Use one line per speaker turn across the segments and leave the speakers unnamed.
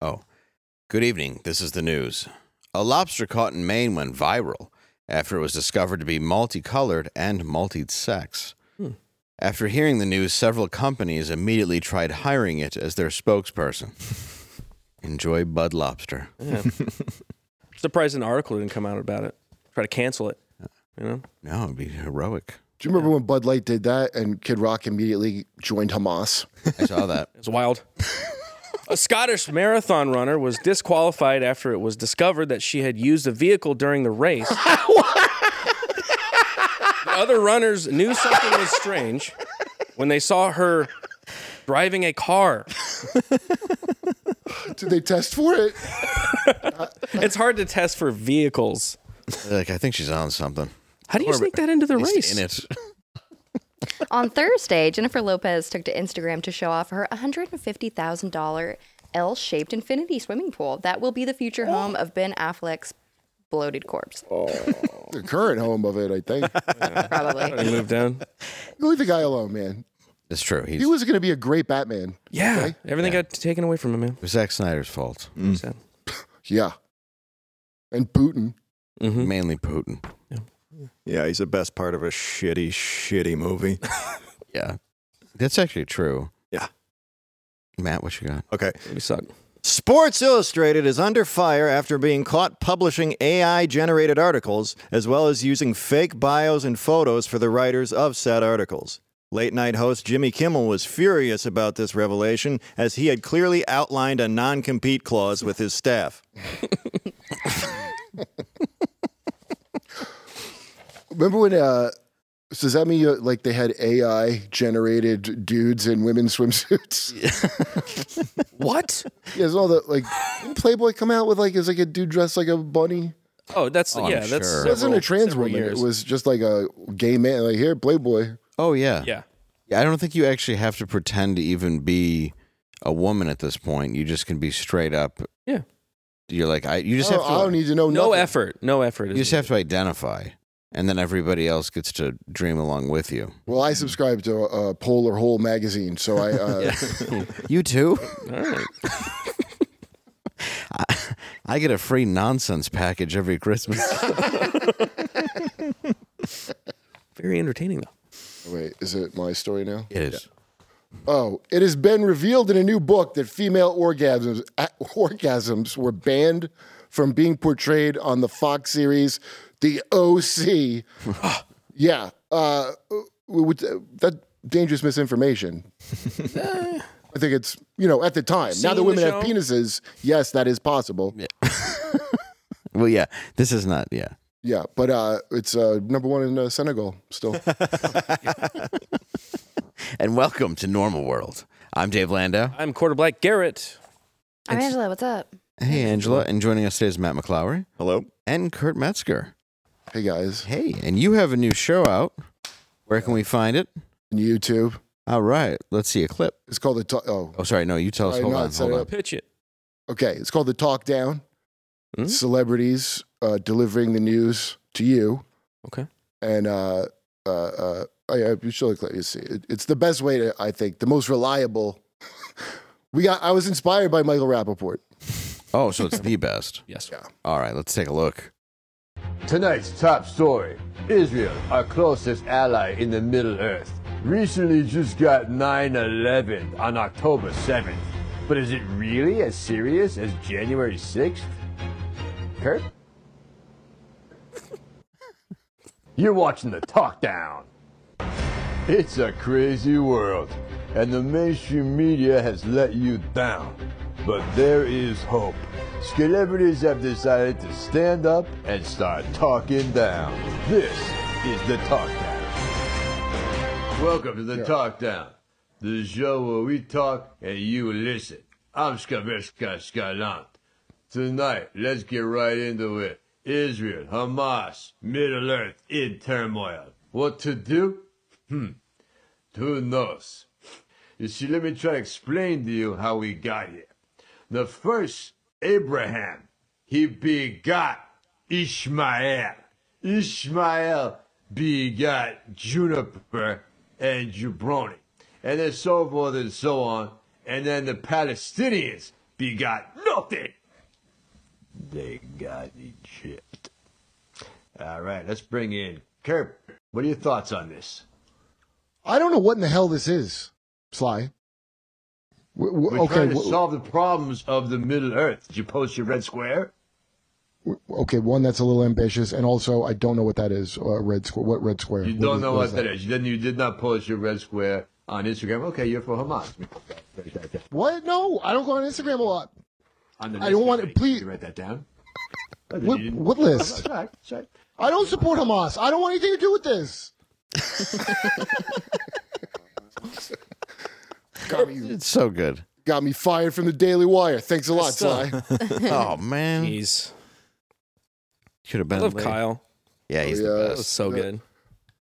Oh. Good evening. This is the news. A lobster caught in Maine went viral after it was discovered to be multicolored and multi-sex.
Hmm.
After hearing the news, several companies immediately tried hiring it as their spokesperson. Enjoy Bud Lobster.
Yeah. Surprised an article didn't come out about it. Try to cancel it. You know?
No, it'd be heroic.
Do you remember when Bud Light did that and Kid Rock immediately joined Hamas?
I saw that.
It's wild. a Scottish marathon runner was disqualified after it was discovered that she had used a vehicle during the race. the other runners knew something was strange when they saw her driving a car.
Did they test for it?
It's hard to test for vehicles.
Like I think she's on something.
How do you sneak that into the
At least
race?
in it.
On Thursday, Jennifer Lopez took to Instagram to show off her $150,000 L shaped infinity swimming pool that will be the future home of Ben Affleck's bloated corpse,
The current home of it, I think.
probably.
I moved down.
Leave the guy alone, man.
It's true. He's,
He was going to be a great Batman.
Yeah. Everything got taken away from him, man.
it was Zack Snyder's fault,
Sad.
Yeah. And Putin.
Mhm.
mainly Putin.
Yeah, he's the best part of a shitty, shitty movie.
Yeah, that's actually true.
Yeah.
Matt, what you got?
Okay.
We suck.
Sports Illustrated is under fire after being caught publishing AI generated articles, as well as using fake bios and photos for the writers of said articles. Late night host Jimmy Kimmel was furious about this revelation, as he had clearly outlined a non compete clause with his staff.
Remember when, uh, so does that mean uh, like they had AI generated dudes in women's swimsuits? Yeah,
What?
there's all the like didn't Playboy come out with like is like a dude dressed like a bunny.
Oh, that's
Oh, I'm
yeah. That's
sure.
It wasn't
several-
a trans
several
woman.
years.
It was just like a gay man. Like here, Playboy.
Oh yeah.
yeah.
Yeah, I don't think you actually have to pretend to even be a woman at this point. You just can be straight up.
Yeah.
You're like I. You just
I,
have
don't,
to.
Oh, I don't need to know.
No
nothing.
effort. No effort.
you
is
just have to identify, and then everybody else gets to dream along with you.
Well, I subscribe to uh, Polar Hole magazine, so I uh,
You too.
needed. All right.
I get a free nonsense package every Christmas.
Very entertaining though.
wait. Is it my story now?
it is.
Oh, it has been revealed in a new book that female orgasms uh, orgasms were banned from being portrayed on the Fox series The OC. yeah, uh, with, uh, that dangerous misinformation. I think it's you know at the time. now
Seen the
that women have
show?
penises, yes, that is possible. Yeah,
Well, yeah. This is not. Yeah.
but uh, it's uh, number one in uh, Senegal still.
And welcome to Normal World. I'm Dave Landau.
I'm quarter black Garrett.
I'm Angela, what's up?
Hey, Angela. And joining us today is Matt McClowry
Hello?
and Kurt Metzger.
hey guys,
Hey, and you have a new show out. Where can we find it?
on YouTube.
All right. Let's see a clip.
It's called the talk. Oh,
Oh, sorry. No, you tell us.
I did
Hold
not
on.
set
Hold
it
on.
up.
Pitch it.
Okay, it's called the Talk Down.
Hmm?
Celebrities uh, delivering the news to you,
Okay.
and uh, uh, uh, I, I you should look like you see. It, it's the best way to, I think, the most reliable. we got. I was inspired by Michael Rappaport.
Oh, so it's the best.
Yes.
All right, let's take a look.
Tonight's top story Israel, our closest ally in the Middle Earth, recently just got 9 11 on October 7th. But is it really as serious as January 6th? Kurt? You're watching the talk down. It's a crazy world, and the mainstream media has let you down. But there is hope. Celebrities have decided to stand up and start talking down. This is the Talk Down. Welcome to the Talk Down, the show where we talk and you listen. I'm Skaveska Skalant. Tonight, let's get right into it. Israel, Hamas, Middle Earth in turmoil. What to do? Who knows? You see, let me try to explain to you how we got here. The first, Abraham, he begot Ishmael. Ishmael begot Juniper and Jabroni, and then so forth and so on. And then the Palestinians They got nothing. They got Egypt. All right, let's bring in Kurt. What are your thoughts on this?
I don't know what in the hell this is, Sly. W- w-
We're
okay,
trying to
w-
solve the problems of the Middle Earth. Did you post your red square?
w- okay, one that's a little ambitious, and also I don't know what that is. Uh, red square. What red square?
You don't know what that is. You didn't. You did not post your red square on Instagram. Okay, you're for Hamas.
What? No, I don't go on Instagram a lot.
On the
I don't
list,
want
you
to- please-
You write that down.
What, what list?
Sorry, sorry.
I don't support Hamas. I don't want anything to do with this. got me,
It's so good.
got me fired from the Daily Wire. Thanks a lot,
Still-
Sly.
Oh man,
Jeez.
should have
I
been.
love
late.
Kyle.
Yeah, he's
Oh, Yeah.
the
That was
best.
so good.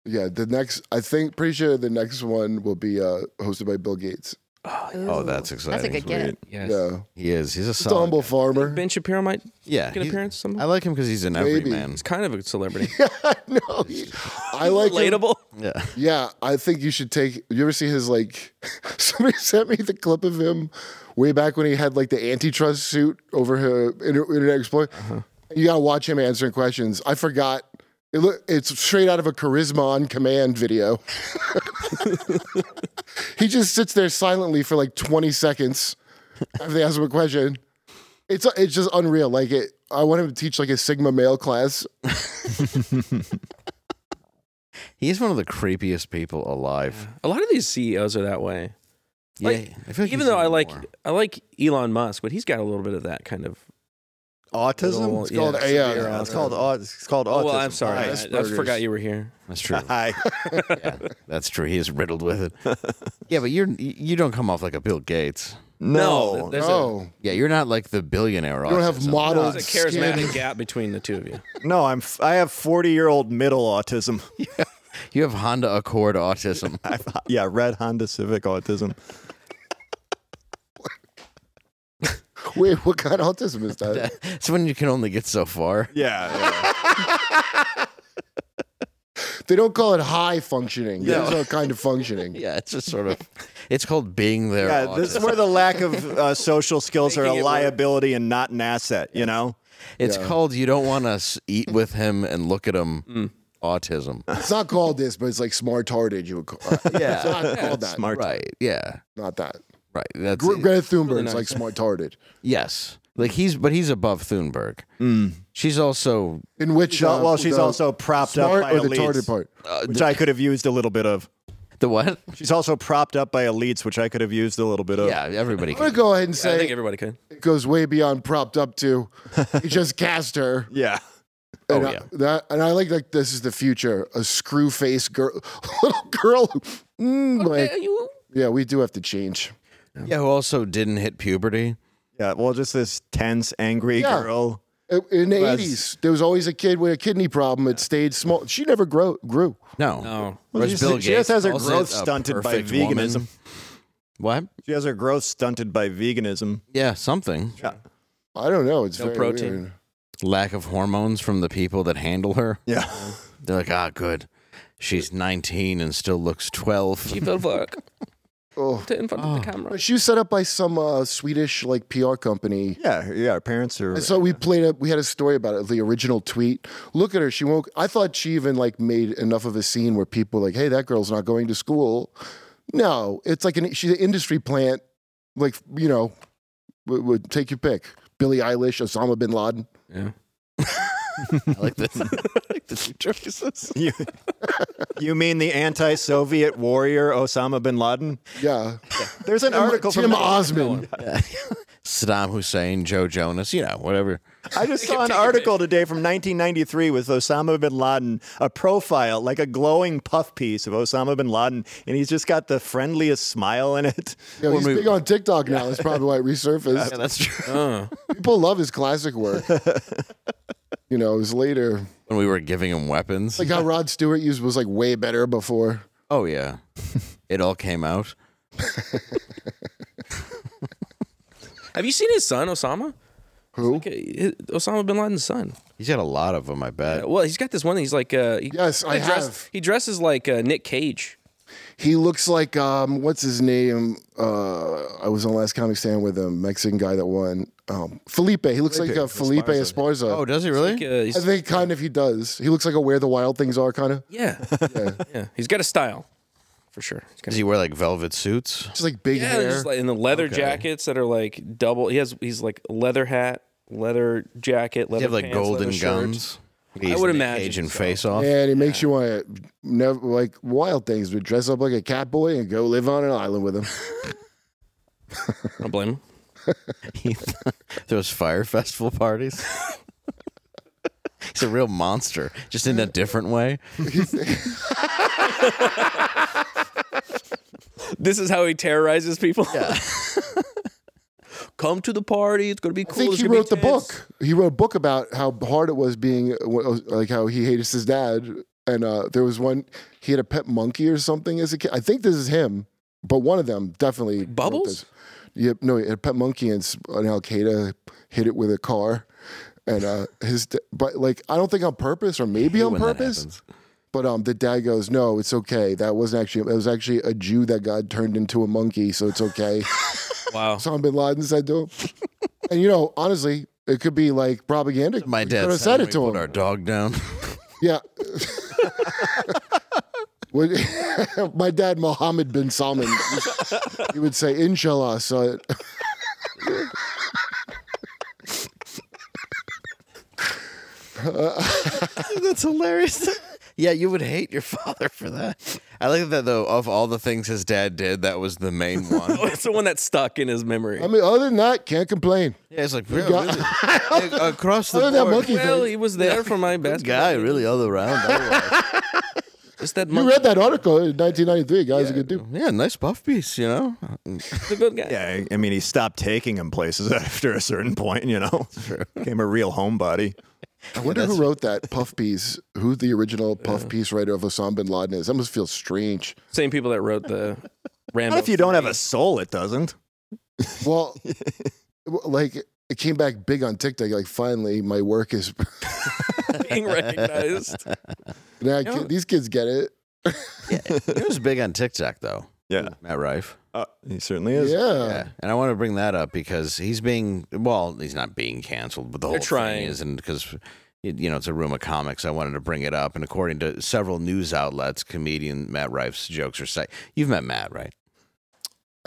Yeah, the next, I think, pretty sure the next one will be uh, hosted by Bill Gates.
Oh, that's exciting.
That's a good get.
Yes.
Yeah,
He is. He's a
it's a
solid.
humble farmer.
Ben Shapiro might
yeah,
make an
he-
appearance somehow.
I like him because he's an
Maybe.
everyman.
He's kind of a celebrity.
no, he- I like him.
Relatable.
Yeah.
Yeah, I think you should take. You ever see his like? Somebody sent me the clip of him way back when he had like the antitrust suit over her Inter- Internet Explorer.
Uh-huh.
You gotta watch him answering questions. I forgot. It look, it's straight out of a Charisma on Command video. he just sits there silently for like 20 seconds after they ask him a question. It's it's just unreal. Like it, I want him to teach like a Sigma male class.
He is one of the creepiest people alive.
A lot of these CEOs are that way.
Yeah.
Like,
I feel like
Even
he's
though I
even
like
more.
I like Elon Musk, but he's got a little bit of that kind of
Autism?
little-
It's,
called
severe
AI.
yeah, it's
autism.
called au- it's called autism.
Oh, well, I'm sorry. I, I
Asperger's.
forgot you were here.
that's true.
Hi.
yeah, that's true. He is riddled with it. yeah, but you're you don't come off like a Bill Gates.
No.
there's a,
Oh,
Yeah, you're not like the billionaire.
you don't have modeled
there's a
skin.
charismatic gap between the two of you.
No, I'm f- I have 40-year-old middle autism.
You have Honda Accord autism.
yeah, red Honda Civic autism.
Wait, what kind of autism is that?
it's when you can only get so far.
Yeah. yeah.
They don't call it high functioning. There's no kind of functioning.
Yeah, it's just sort of. It's called being there.
Yeah, this is where the lack of uh, social skills are a
Making it work.
liability and not an asset, you know?
It's called you don't want to eat with him and look at him. Autism.
It's not called this, but it's like smart hearted. You would call. yeah, it's not called that.
Smart.
Right. Yeah.
Not that.
Right. That's
Gre-
it.
Greta Thunberg's like smart hearted.
yes. Like he's, but he's above Thunberg. She's also
In which
She's al-
uh,
well, she's
the
also propped up
smart
by
or the
elites,
retarded part.
Uh,
which I could have used a little bit of.
the what?
She's also propped up by elites, which I could have used a little bit of.
Yeah, everybody.
I'm gonna
Can.
go ahead and
I
say
think everybody could.
it goes way beyond propped up to. He just cast her.
Yeah.
And
Oh,
I,
yeah.
that, and I like like this is the future. A screw face girl, little girl. who- Mm, like, yeah, we do have to change.
Yeah, who also didn't hit puberty.
Yeah. Well, just this tense, angry
Yeah.
girl.
In the
Whereas-
eighties, there was always a kid with a kidney problem. It stayed small. She never grow, grew.
No.
No.
Well,
Whereas
she just-
Bill
she just
Gates
has her
calls
growth
it a
stunted by
perfect woman.
veganism.
What?
She has her growth stunted by veganism.
Yeah, something.
I don't know. It's
No
very
protein.
weird.
Lack of hormones from the people that handle her.
Yeah.
They're like, ah, good. She's 19 and still looks 12.
She will work
Oh.
in front of the camera.
But She was set up by some uh, Swedish like PR company.
Yeah. Yeah. Her parents are.
And so we played a we had a story about it, the original tweet. Look at her, she won't I thought she even like made enough of a scene where people were like, hey, that girl's not going to school. No, it's like an she's an industry plant, like you know, would, would take your pick. Billie Eilish, Osama bin Laden.
I like this. I like the two choices.
You, you mean the anti-Soviet warrior Osama bin Laden?
Yeah.
There's an article
Tim
from
Osman.
Saddam Hussein, Joe Jonas, you know, whatever.
I just saw an article today from 1993 with Osama bin Laden, a profile, like a glowing puff piece of Osama bin Laden, and he's just got the friendliest smile in it.
Yeah, he's big on TikTok now. That's probably why it resurfaced.
Yeah, that's true.
People love his classic work. you know, it was later.
When we were giving him weapons.
Like how Rod Stewart used was like way better before.
oh, yeah. it all came out.
Have you seen his son, Osama?
Who?
Like, uh, his- Osama bin Laden's son.
He's got a lot of them, I bet.
Well, he's got this one. He's like, uh, he,
Yes, I
he dress-
have.
He dresses like uh, Nick Cage.
He looks like um, what's his name? Uh, I was on Last Comic Stand with a Mexican guy that won. Um, Felipe. He looks like a Felipe Esparza.
Oh, does he really?
Yeah, uh, he's-
I think kind of he does. He looks like a Where the Wild Things Are kind of.
yeah. yeah. He's got a style, for sure. He's got
Does he wear like velvet suits?
Just like big
yeah,
hair.
just like in the leather jackets that are like double. He has he's like leather hat, leather jacket,
Does
leather
he have like
pants,
golden
leather shirt.
guns? He's
would
in the
imagine
Cajun
so.
face off.
and it makes you want to never like wild things, but dress up like a cat boy and go live on an island with him.
I don't blame him.
Those fire festival parties. He's a real monster, just in a different way.
This is how he terrorizes people. Come to the party. It's gonna be
I
cool.
think
it's
he
gonna be
wrote the
tense.
book. He wrote a book about how hard it was being like how he hated his dad, and uh, there was one he had a pet monkey or something as a kid. I think this is him, but one of them definitely wrote
Bubbles?
this. Yep, no, he had a pet monkey and s- an Al Qaeda hit it with a car, and uh, his d- but like I don't think on purpose or maybe on
when that
purpose.
happens.
But um, the dad goes, "No, it's okay. That wasn't actually. It was actually a Jew that got turned into a monkey, so it's okay."
Wow.
Osama bin Laden said to him. and you know, honestly, it could be like propaganda.
My
We could
dad said,
have said
we
it to
put
him.
our dog down.
yeah. When- my dad, Mohammed bin Salman, he would say, "Inshallah, son."
That's hilarious. yeah, you would hate your father for that. I like that though. Of all the things his dad did, that was the main one.
Oh, it's the one that stuck in his memory.
I mean, other than that, can't complain.
yeah, it's like yeah, really. Yeah, across the
Other
board.
than that monkey
well,
thing,
he was there for my best
guy, really, all around. otherwise.
Just that
you
monkey.
read that article in 1993. Guys, a good dude.
yeah, nice puff piece, you know.
He's a good guy.
Yeah, I I mean, he stopped taking him places after a certain point, you know? Became a real homebody.
I wonder who wrote that puff piece. Who the original puff piece writer of Osama bin Laden is? That must feel strange.
Same people that wrote the Rambo.
Not if you don't have a soul, it doesn't.
Well, w- like it came back big on TikTok. Like finally, my work is.
being recognized.
Now, kid- these kids get it.
He was big on TikTok though.
Yeah.
Matt Rife.
Uh, he certainly is.
yeah.
Yeah, and I want to bring that up because he's being well, he's not being canceled, but the whole
trying.
thing isn't because you know it's a room of comics. I wanted to bring it up, and according to several news outlets, comedian Matt Rife's jokes are say you've met Matt, right?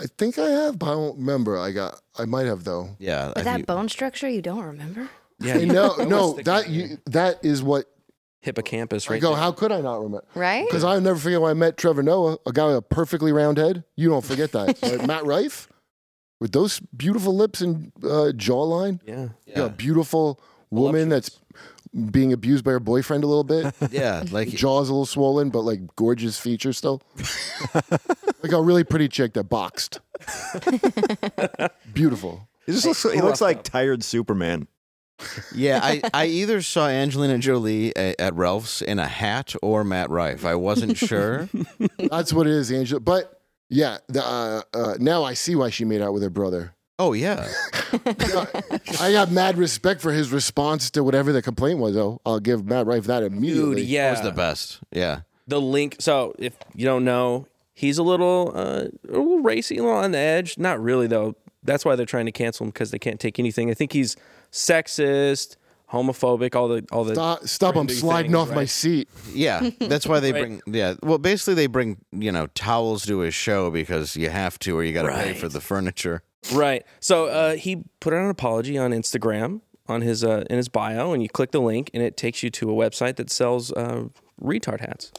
I think I have, but I don't remember. I got. I might have though.
Yeah,
But that bone structure, you don't remember?
Yeah,
Hey, no,
I was
no,
thinking
that you, that is what
hippocampus,
I
right?
go.
there.
How could I not remember?
Right?
Because I never forget when I met Trevor Noah, a guy with a perfectly round head. You don't forget that. Right? Matt Rife, with those beautiful lips and uh, jawline.
yeah.
You got a beautiful woman that's being abused by her boyfriend a little bit.
yeah, like
Jaw's a little swollen, but like gorgeous features still. like a really pretty chick that boxed. Beautiful.
He just looks, he looks like tired Superman.
yeah. I, I either saw Angelina Jolie a- at Ralph's in a hat or Matt Rife. I wasn't sure.
That's what it is, Angela. But yeah, the, uh, uh, now I see why she made out with her brother.
Oh yeah,
I got mad respect for his response to whatever the complaint was, though. I'll give Matt Rife that
Dude,
immediately.
that
yeah.
was the best. Yeah,
the link. So if you don't know, he's a little uh, a little racy, a little on the edge. Not really though. That's why they're trying to cancel him because they can't take anything. I think he's sexist, homophobic, all the all the.
Stop, stop I'm
Trendy
sliding
things,
off my
right?
seat.
yeah. That's why they bring. Yeah, well, basically they bring you know towels to his show because you have to, or you got to pay for the furniture.
Right. So uh, he put out an apology on Instagram on his uh, in his bio, and you click the link, and it takes you to a website that sells uh, retard hats,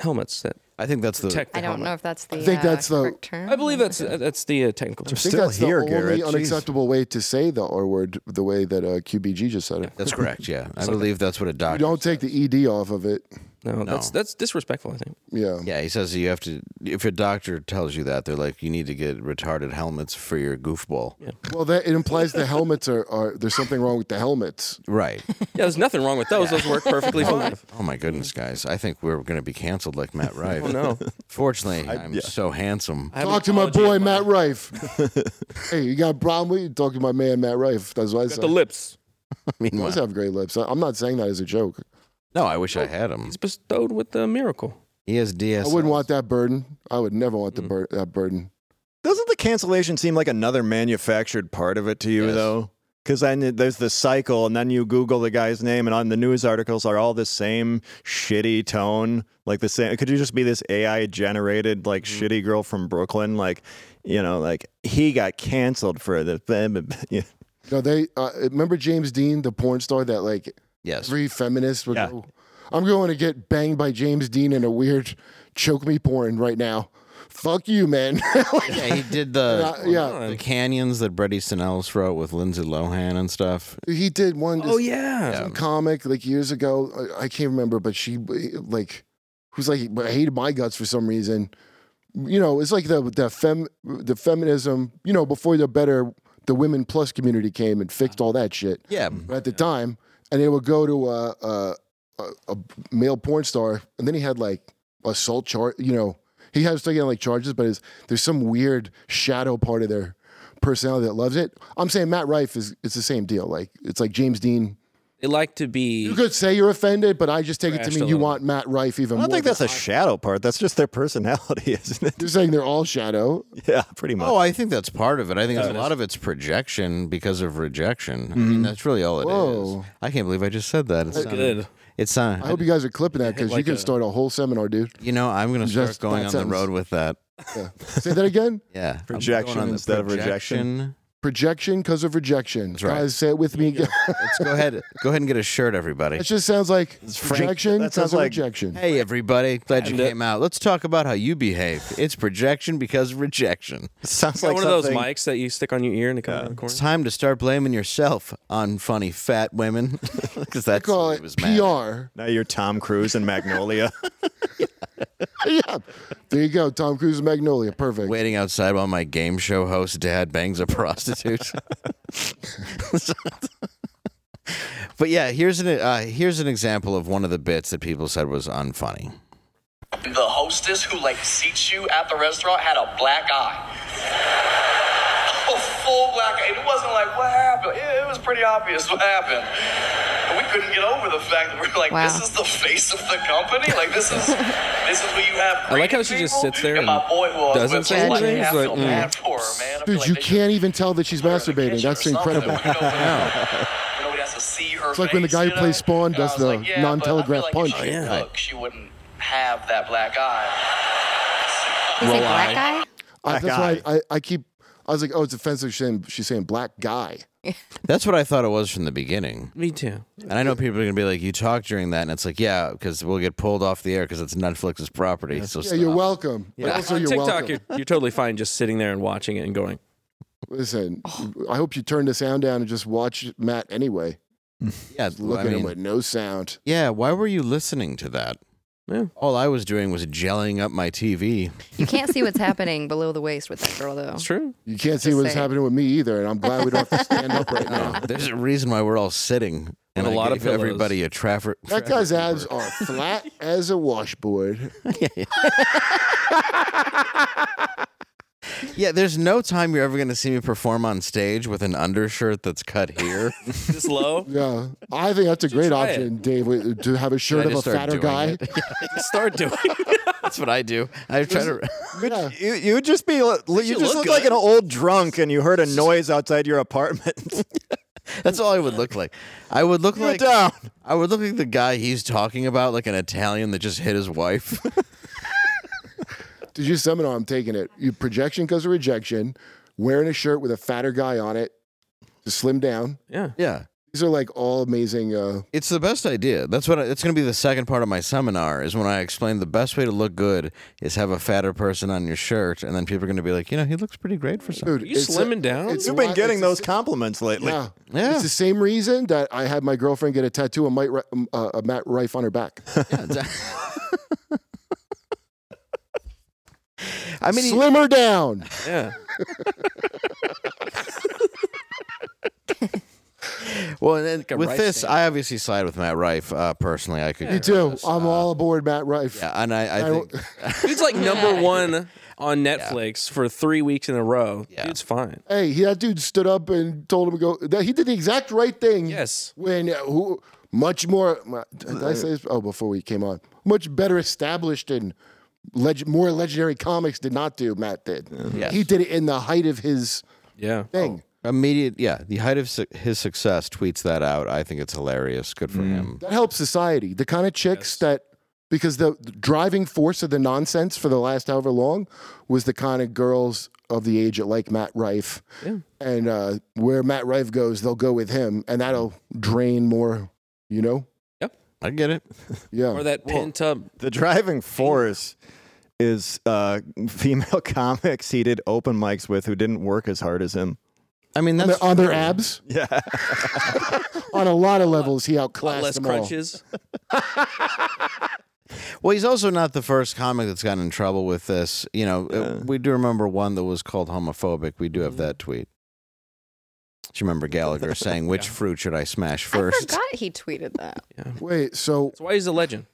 helmets that
I think that's the
protect. The
I don't
helmet.
know if that's the
think
uh,
that's the-
correct term.
I believe that's uh, that's the uh, technical term.
I think
Still
that's
here,
the only
Garrett. Jeez.
unacceptable way to say the R word the way that uh, QBG just said it.
That's correct. Yeah, I believe that's what a
You
doctor.
don't take the ED off of it.
No, that's that's disrespectful. I think.
Yeah.
Yeah, he says you have to. If your doctor tells you that, they're like, you need to get retarded helmets for your goofball.
Well, that it implies the helmets are, are there's something wrong with the helmets.
Right.
Yeah, there's nothing wrong with those. Those work perfectly fine.
Oh my goodness, guys! I think we're going to be canceled like Matt Rife.
no.
Fortunately, I, am so handsome.
I have an
Talk to my
apology
boy
in
Matt Rife. hey, you got a problem with you? Talk to my man Matt Rife. That's why I
Got
said.
the lips.
He does
Meanwhile,
have great lips. I- I'm not saying that as a joke.
no, I wish I had him.
He's bestowed with the miracle.
He has
I
DSLs.
wouldn't want that burden. I would never want
Mm.
the bur- that burden.
Doesn't the cancellation seem like another manufactured part of it to you,
Yes.
though? Because then it- there's the cycle, and then you Google the guy's name, and on the news articles are all the same shitty tone, like the same. Could you just be this AI generated, like shitty girl from Brooklyn, like you know, like he got canceled for the. blah, blah, blah." Yeah.
No, they uh, remember James Dean, the porn star that like
Yes.
three feminists would
Yeah.
go, I'm going to get banged by James Dean in a weird choke me porn right now. Fuck you, man. Like,
yeah, he did the
uh, yeah,
the canyons that Brady Sinel's wrote with Lindsay Lohan and stuff.
he did one.
Oh yeah.
some comic like years ago. I, I can't remember, but she like who's like but I hated my guts for some reason. You know, it's like the the fem the feminism. You know, before the better the women plus community came and fixed all that shit.
Yeah,
But at the time, and they would go to a, a, a, a male porn star, and then he had like assault charge. You know, he has taken like charges, but it's, there's some weird shadow part of their personality that loves it. I'm saying Matt Rife is it's the same deal. Like it's like James Dean.
They like to be
You could say you're offended, but I just take it to
Crashed
mean
a
you
little
want Matt Rife even
I
more.
don't think
than-
that's a shadow part. That's just their personality, isn't it?
You're saying they're all shadow.
Yeah, pretty much.
Oh, I think that's part of it. I think it's a lot of it's projection because of rejection. I mean, that's really all it is.
Mm-hmm. Whoa.
I can't believe I just said that. It's not
good.
It's not.
I hope you guys are clipping that because you can start a whole seminar, dude.
you know, I'm going to start
Just
going
that
on
sentence.
the road with that.
Say that again.
Yeah, I'm going
Projection
on the
instead of rejection.
projection.
Projection because of rejection. That's
right.
Guys, say it with me.
Let's go ahead. Go ahead and get a shirt, everybody.
That just sounds like
Frank-
projection.
that
That
sounds
sounds
like-
rejection.
Hey, everybody! Glad you
And, uh,
came out. Let's talk about how you behave. It's projection because of rejection.
Sounds
Got
like
one of those
something-
mics that you stick on your ear and it comes out of the corner.
It's time to start blaming yourself on funny fat women because
I
that's
call
what he
it
was
PR.
mad at.
Now you're Tom Cruise and Magnolia.
yeah, there you go. Tom Cruise and Magnolia. Perfect.
waiting outside while my game show host dad bangs a prostitute. but yeah, here's an uh, here's an example of one of the bits that people said was unfunny.
the hostess who like seats you at the restaurant had a black eye. A full black eye. It wasn't like what happened. It, it was pretty obvious what happened. And we couldn't get over the fact that we're like,
Wow.
this is the face of the company. Like this is this is who you have.
I like how
greeting
she just
people?
sits there
And my
and
boy who I was
doesn't
with
say
was like,
anything.
"I
It's like,
feel
mm.
bad for her, man. I feel
Dude,
like
you
they should
can't even tell that she's
put her in the
masturbating.
kitchen
That's
or something.
incredible.
We know that- you know, we have to see her
It's like when the
face,
guy who
you know?
plays Spawn
And I
does
was
the
like, yeah, but I feel
non-telegraph
like
punch.
If she
Oh, yeah.
looked, she wouldn't have that black eye.
He's a black guy?
I, that's
Black
why I, I keep. I was like, oh, it's offensive. She's saying, she's saying black guy.
That's what I thought it was from the beginning.
Me too.
And I know people are gonna be like, "You talk during that," and it's like, "Yeah, because we'll get pulled off the air because it's Netflix's property." So
Yeah, you're
stop.
welcome. But also,
on
you're
TikTok,
welcome.
you're, you're totally fine just sitting there and watching it and going,
Listen, I hope you turn the sound down and just watch Matt anyway.
yeah,
Look
I
at him
mean,
with no sound.
yeah. Why were you listening to that?
Yeah.
All I was doing was jellying up my TV.
You can't see what's happening below the waist with that girl, though.
"It's true."
You can't see what's
saying.
happening with me either, and I'm glad we don't have to stand up right now.
There's a reason why we're all sitting. And
a
I
lot of
gave
pillows.
everybody a traffic.
That guy's abs are flat as a washboard.
Yeah, there's no time you're ever going to see me perform on stage with an undershirt that's cut here.
This low,
Yeah, I think that's a great
try it.
option, Dave, with- to have a
I
shirt of a
just start
fatter
doing
guy.
it.
start doing.
That's what I do. I try to.
Yeah.
You you would just be li- li- you, just
look
look, like
good.
an old drunk and you heard a noise outside your apartment.
That's all I would look like. I would look like
down.
I would look like the guy he's talking about, like an Italian that just hit his wife.
Did you seminar? I'm taking it. You projection because of rejection. Wearing a shirt with a fatter guy on it to slim down.
Yeah.
yeah,
These are like all amazing. Uh,
it's the best idea. That's what. I, it's going to be the second part of my seminar is when I explain the best way to look good is have a fatter person on your shirt, and then people are going to be like, you know, he looks pretty great for something.
dude,
Are you
it's a-
slimming down?
it's a
You've been
lot-
getting
it's a-
those compliments lately.
Yeah.
Yeah.
It's the same reason that I had my girlfriend get a tattoo of Mike, Ri- um, uh, uh, Matt Rife on her back.
I mean, he-
Slim her down.
Yeah.
Well, and then
a
with
Rife
this,
thing.
I obviously side with Matt Rife uh, personally. I could
You
get rid of
do.
this.
I'm all aboard Matt Rife.
Yeah, and I, I
I-
think
Dude's like number one on Netflix for three weeks in a row.
Yeah.
Dude's fine.
Hey, he, that dude stood up and told him to go. That he did the exact right thing.
Yes.
When uh, who much more. mu- Did I say this? Oh, before we came on, much better established and leg- more legendary comics did not do. Matt did.
Yes.
He did it in the height of his
Yeah.
thing.
Immediate, yeah. The height of su- his success tweets that out. I think it's hilarious. Good for him.
That helps society. The kind of chicks that, because the the driving force of the nonsense for the last however long was the kind of girls of the age at like Matt Rife. And uh, where Matt Rife goes, they'll go with him, and that'll drain more, you know?
I get it.
Yeah.
Or that pent up.
The driving force is uh, female comics he did open mics with who didn't work as hard as him.
I mean,
on,
that's
their, on their abs? Yeah. on a lot of levels, he outclassed
Less
them all.
crunches.
Well, he's also not the first comic that's gotten in trouble with this. You know, uh, we do remember one that was called homophobic. We do have that tweet. Do you remember Gallagher saying, "Which fruit should I smash
I
first?
forgot he tweeted that.
Wait, so
That's why he's a legend.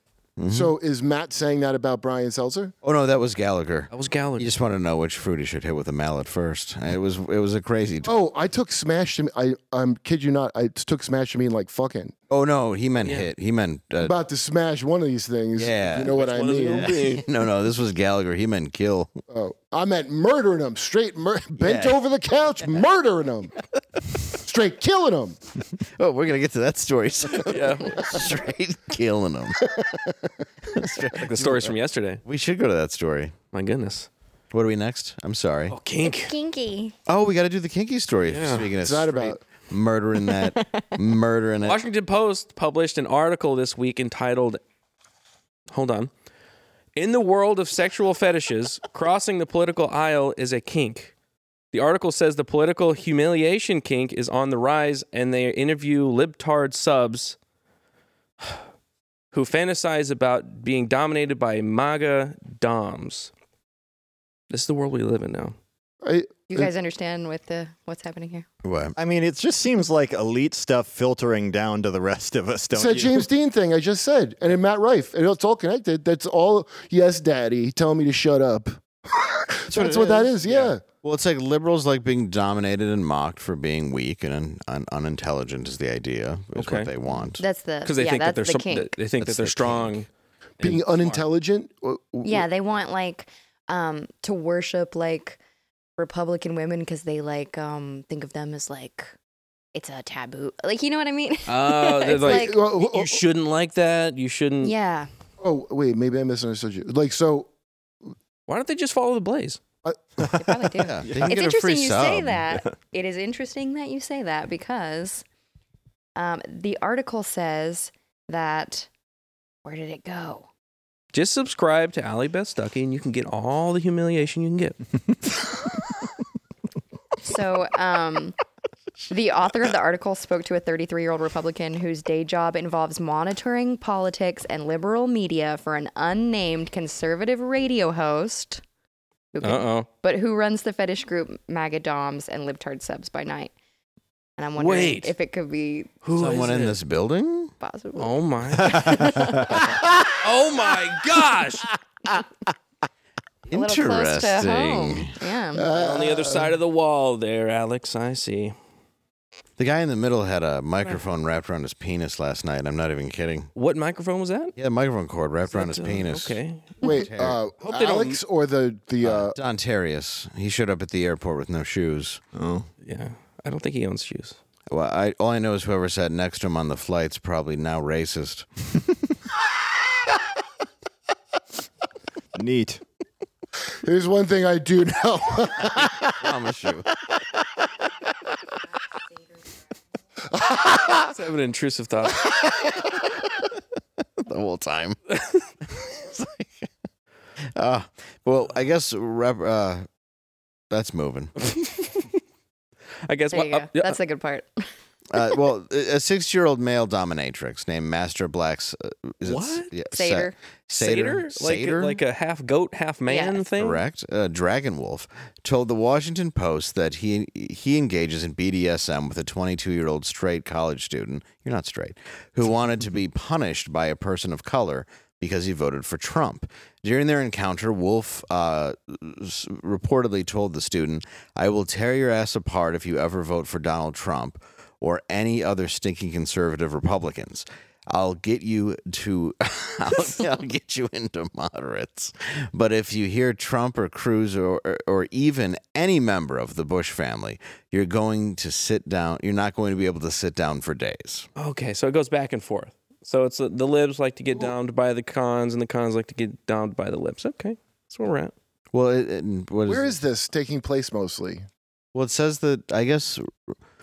so is Matt saying that about Brian Seltzer?
Mm-hmm. Oh no, that was Gallagher.
That was Gallagher.
You just want to know which fruit he should hit with a mallet first. It was it was a crazy. T- oh.
Oh, I took smash to me. I I'm kid you not. I took smash to mean like fucking.
Oh, no, he meant hit. He meant uh,
about to smash one of these things.
Yeah.
You know what I
one is it
mean?
gonna be?
no, no. This was Gallagher. He meant kill.
Oh, I meant murdering them straight, mur- bent over the couch, murdering them, straight killing them.
Oh, we're gonna get to that story. soon. straight killing him.
Like the stories from yesterday.
We should go to that story.
My goodness.
What are we next? I'm sorry.
Oh, kink.
Kinky.
Oh, we got to do the kinky story. Speaking of
not
straight
about-
murdering that, murdering it.
Washington Post published an article this week entitled Hold on. In the world of sexual fetishes, crossing the political aisle is a kink. The article says the political humiliation kink is on the rise, and they interview libtard subs who fantasize about being dominated by MAGA doms. This is the world we live in now.
I,
You guys understand with the what's happening here?
What?
I mean, it just seems like elite stuff filtering down to the rest of us, don't
it's that
you?
James Dean thing I just said, and in Matt Rife, and it's all connected. That's all. Yes, Daddy, tell me to shut up. That's,
what
what,
it
that
is.
is. Yeah.
Well, it's like liberals like being dominated and mocked for being weak and un- un- unintelligent is the idea. Is
Okay.
what they want.
That's the
Because they
yeah,
think that
that's
they're
the
some-
kink.
they think that they're strong.
Being unintelligent. w- w-
yeah, they want like um to worship like Republican women because they like um think of them as like it's a taboo. Like you know what I mean?
Oh, they're
It's
like,
like-
Well,
you shouldn't like that. You
Um,
shouldn't.
yeah.
Oh wait, maybe I misunderstood you. Like so,
Why don't they just follow the blaze?
They probably do.
Yeah, they can
It's
get a free
interesting you say
sub.
that. It is interesting that you say that because um, the article says that where did it go?
Just subscribe to Ali Beth Stuckey and you can get all the humiliation you can get.
So um, the author of the article spoke to a 33 year old Republican whose day job involves monitoring politics and liberal media for an unnamed conservative radio host. who can-
oh.
but who runs the fetish group MAGA Doms and Libtard Subs by night. And I'm wondering
Wait.
if it could be
Who
Someone in this building?
possible.
Oh my. oh my gosh.
a little close to home.
Interesting.
Yeah.
On the other side of the wall there, Alex. I see.
The guy in the middle had a microphone wrapped around his penis last night. I'm not even kidding.
What microphone was that?
Yeah, a microphone cord wrapped around his
Uh,
penis.
Okay.
wait, uh,
they don't-
Alex or the the uh,
Don Terrius. He showed up at the airport with no shoes.
Yeah. I don't think he owns shoes.
Well, I all I know is whoever sat next to him on the flight's probably now racist.
Neat.
Here's one thing I do know.
Promise you.
Ah.
Let's have an intrusive thought.
the whole time. It's like- uh, well, I guess rep, uh, that's moving.
I guess
there you
what-
go.
uh,
That's the good part.
Uh, well, a six-year-old male dominatrix named Master Black's uh, is
What?
It, yeah, Sa-
Seder.
Seder,
Like,
Seder?
like a half goat, half man
Yeah.
thing?
Correct. Uh, Dragon Wolf told the Washington Post that he he engages in BDSM with a 22 year old straight college student. You're not straight, who wanted to be punished by a person of color because he voted for Trump. During their encounter, Wolf uh, s- reportedly told the student, "I will tear your ass apart if you ever vote for Donald Trump." or any other stinking conservative Republicans. I'll get you to, I'll, I'll get you into moderates. But if you hear Trump or Cruz or, or, or even any member of the Bush family, you're going to sit down. You're not going to be able to sit down for days.
Okay, so it goes back and forth. So it's uh, the libs like to get downed by the cons, and the cons like to get downed by the libs. Okay, that's where we're at.
Well, it, it, what is,
Where is this taking place mostly?
well, it says that I guess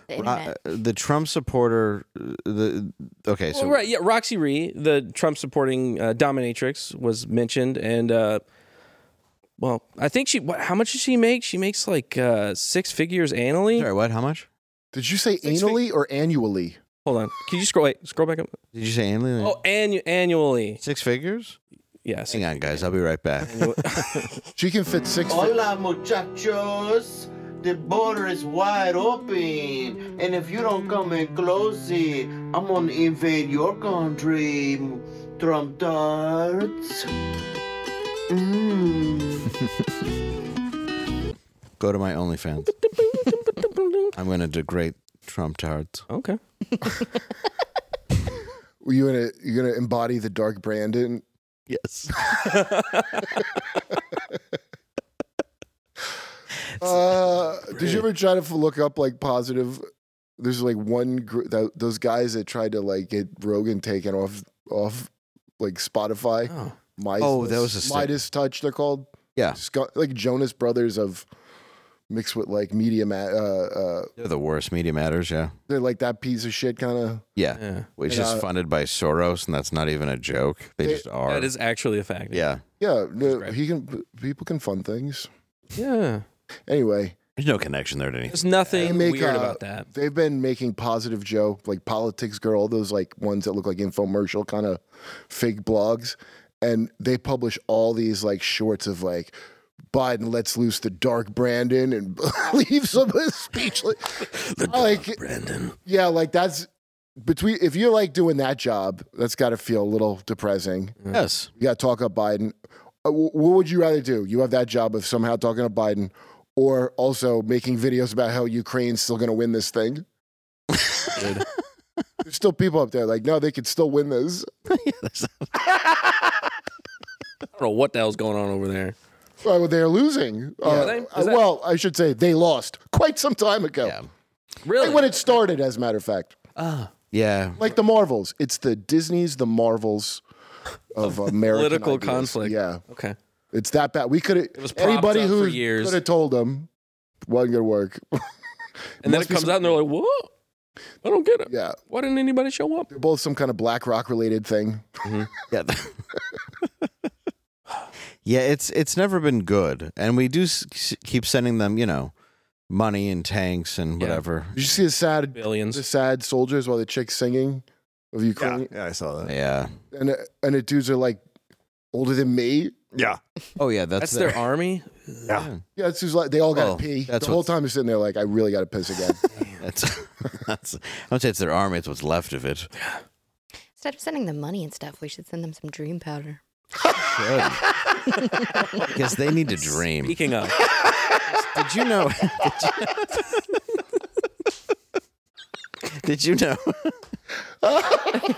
The
uh,
internet.
the Trump supporter. uh, The okay, so
well, right, yeah, Roxy Ree, the Trump supporting uh, dominatrix, was mentioned, and uh, well, I think she. What, how much does she make? She makes like uh, six figures annually.
sorry, what? How much
Did you say
Six
anally or annually?
Hold on, can you scroll? Wait, scroll back up.
did you say? Annually?
Oh, annu- annually,
Six figures?
yes.
Hang on, guys. I'll be right back.
She can fit six.
Oh,
fi-
Hola, muchachos. The border is wide open, and if you don't come in closely, I'm gonna invade your country, Trump darts.
Go to my OnlyFans. I'm going to degrade Trump tards.
Okay.
Were you gonna you gonna embody the dark Brandon?
Yes.
Uh, did you ever try to f- look up like positive? There's like one gr- tho- those guys that tried to like get Rogan taken off off like Spotify.
Oh.
Midas,
Oh, that was a sick-
Midas Touch. They're called
Yeah.
Sco- like Jonas Brothers of mixed with like media. Ma- uh, uh,
They're the worst. Media Matters, yeah.
they're like that piece of shit kind of.
Yeah.
Yeah.
Which
And,
is
uh,
funded by Soros, and that's not even a joke. They
They-
just are.
That is actually a fact.
yeah.
Yeah, no, he can. People can fund things.
Yeah.
Anyway,
There's no connection there to anything.
There's nothing
make,
weird
uh,
about that.
they've been making positive Joe, like Politics Girl, all those like ones that look like infomercial kind of fake blogs, and they publish all these like shorts of like. Biden lets loose the dark Brandon and leaves him speechless. like,
Brandon.
yeah, like that's between. If you're like doing that job, that's got to feel a little depressing.
Yes.
You got to talk up Biden. Uh, wh- What would you rather do? You have that job of somehow talking to Biden or also making videos about how Ukraine's still going to win this thing? There's still people up there like, no, they could still win this.
I don't know what the hell's going on over there.
Uh, well, they're losing. Uh,
They- is
uh,
that-
well, I should say they lost quite some time ago.
Yeah.
Really?
Like when it started, as a matter of fact.
Yeah.
Like the Marvels. It's the Disney's, the Marvels of American
political
ideas.
conflict.
Yeah.
okay.
It's that bad. We could
was
have
propped
anybody
up for
who
years.
could have told them wasn't gonna work.
And then
Must
it
be
comes
some-
out and they're like, "What? I don't get it.
Yeah,
Why didn't anybody show up?"
they're both some kind of black rock related thing.
Mm-hmm.
Yeah. yeah, it's it's never been good, and we do s- s- keep sending them, you know, money and tanks and
Yeah.
whatever.
Did you see the sad, the
Billions.
sad soldiers while the chick's singing of Ukraine,
yeah, I saw that.
Yeah.
and uh, and the dudes are like older than me.
Yeah.
Oh yeah, that's,
That's their army.
Yeah.
Yeah, it's just like they all got
Well,
to pee. The
Oh, that's
whole
what's-
time they're sitting there like, I really got to piss again.
That's, that's I don't say it's their army. It's what's left of it.
Instead of sending them money and stuff, we should send them some dream powder.
Good. because they need to dream.
Speaking of,
Did you know? Did you, did you know?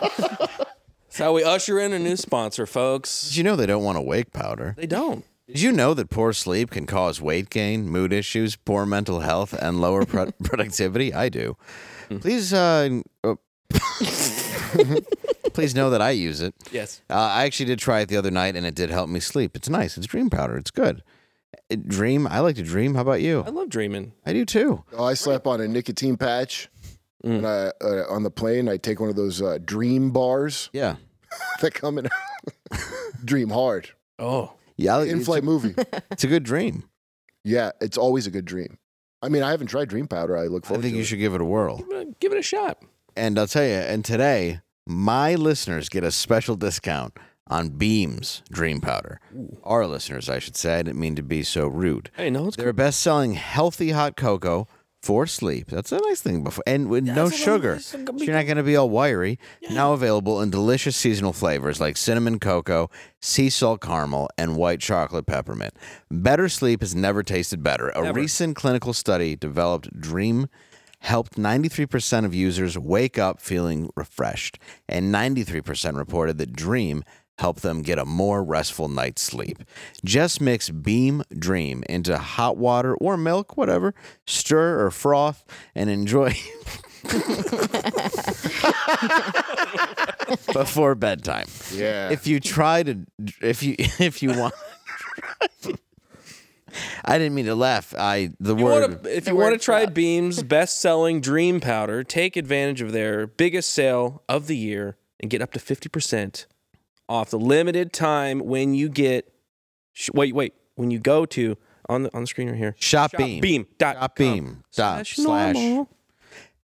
that's how we usher in a new sponsor, folks.
Did you know they don't want to wake powder?
They don't.
Did you know that poor sleep can cause weight gain, mood issues, poor mental health, and lower pro- productivity? I do. Please, uh, n- oh. please know that I use it.
Yes.
Uh, I actually did try it the other night, and it did help me sleep. It's nice. It's dream powder. It's good. It- dream. I like to dream. How about you?
I love dreaming.
I do too.
oh, I slap on a nicotine patch,
Mm.
and I, uh, on the plane I take one of those uh, dream bars
Yeah.
that come in. dream hard,
Oh,
Yeah. I like-
in
It's,
flight
a,
movie.
it's a good dream.
Yeah, it's always a good dream. I mean, I haven't tried dream powder. I look
I
forward.
think
to
you
it.
should give it a whirl.
give it a- give it a shot.
And I'll tell you, and today, my listeners get a special discount on Beams Dream Powder. Our listeners, I should say. I didn't mean to be so rude.
Hey, no, it's
Their best selling healthy hot cocoa for sleep. That's a nice thing before and with no
That's a
sugar.
nice-
So you're not gonna be all wiry. Now available in delicious seasonal flavors like cinnamon cocoa, sea salt caramel, and white chocolate peppermint. Better sleep has never tasted better. A recent clinical study developed dream helped 93% of users wake up feeling refreshed, and 93% reported that Dream helped them get a more restful night's sleep. Just mix Beam Dream into hot water or milk, whatever, stir or froth, and enjoy before bedtime.
Yeah.
If you try to, if you if you want, I didn't mean to laugh. I the
You
word
wanna- if you want to try Beam's best-selling Dream Powder, take advantage of their biggest sale of the year and get up to fifty percent off the limited time when you get. Sh- wait, wait. When you go to on the on the screen right here,
Shop Beam.
Beam dot
Shop
com
Beam dot slash-
normal.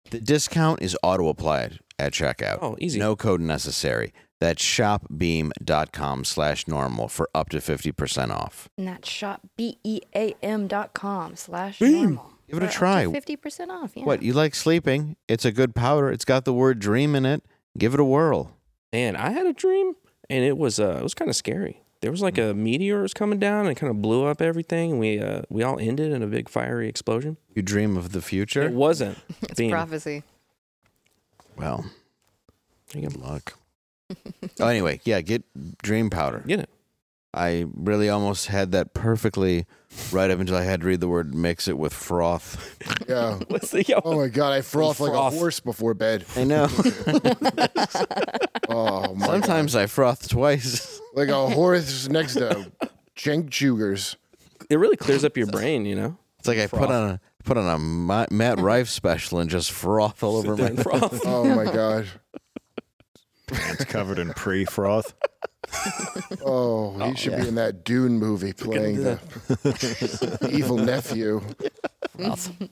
the discount is auto applied at checkout.
Oh, easy.
No code necessary. That's shopbeam.com slash normal for up to 50% off.
And that's E shopbeam.com slash normal.
Give it a try.
Fifty percent off. Yeah.
What, you like sleeping? It's a good powder. It's got the word dream in it. Give it a whirl.
Man, I had a dream, and it was uh, it was kind of scary. There was like a
Mm.
meteor was coming down and kind of blew up everything. And we uh, we all ended in a big fiery explosion.
You dream of the
It
future?
wasn't.
It's
Beam.
prophecy.
Well,
There you
good
go.
luck. oh, anyway, yeah, get dream powder.
Get it.
I really almost had that perfectly right up until I had to read the word mix it with froth.
Yeah.
What's the yo?
Oh my God, I froth, like
Froth.
a horse before bed.
I know.
Oh my
Sometimes I froth twice.
God. like a horse next to Jenk Jugers.
It really clears up your brain, you know.
It's like I put on a put on a Ma- Matt Rife special and just froth all over my
Froth.
Oh my God.
It's covered in pre froth.
Oh, he should be in that Dune movie playing the evil nephew. Fade,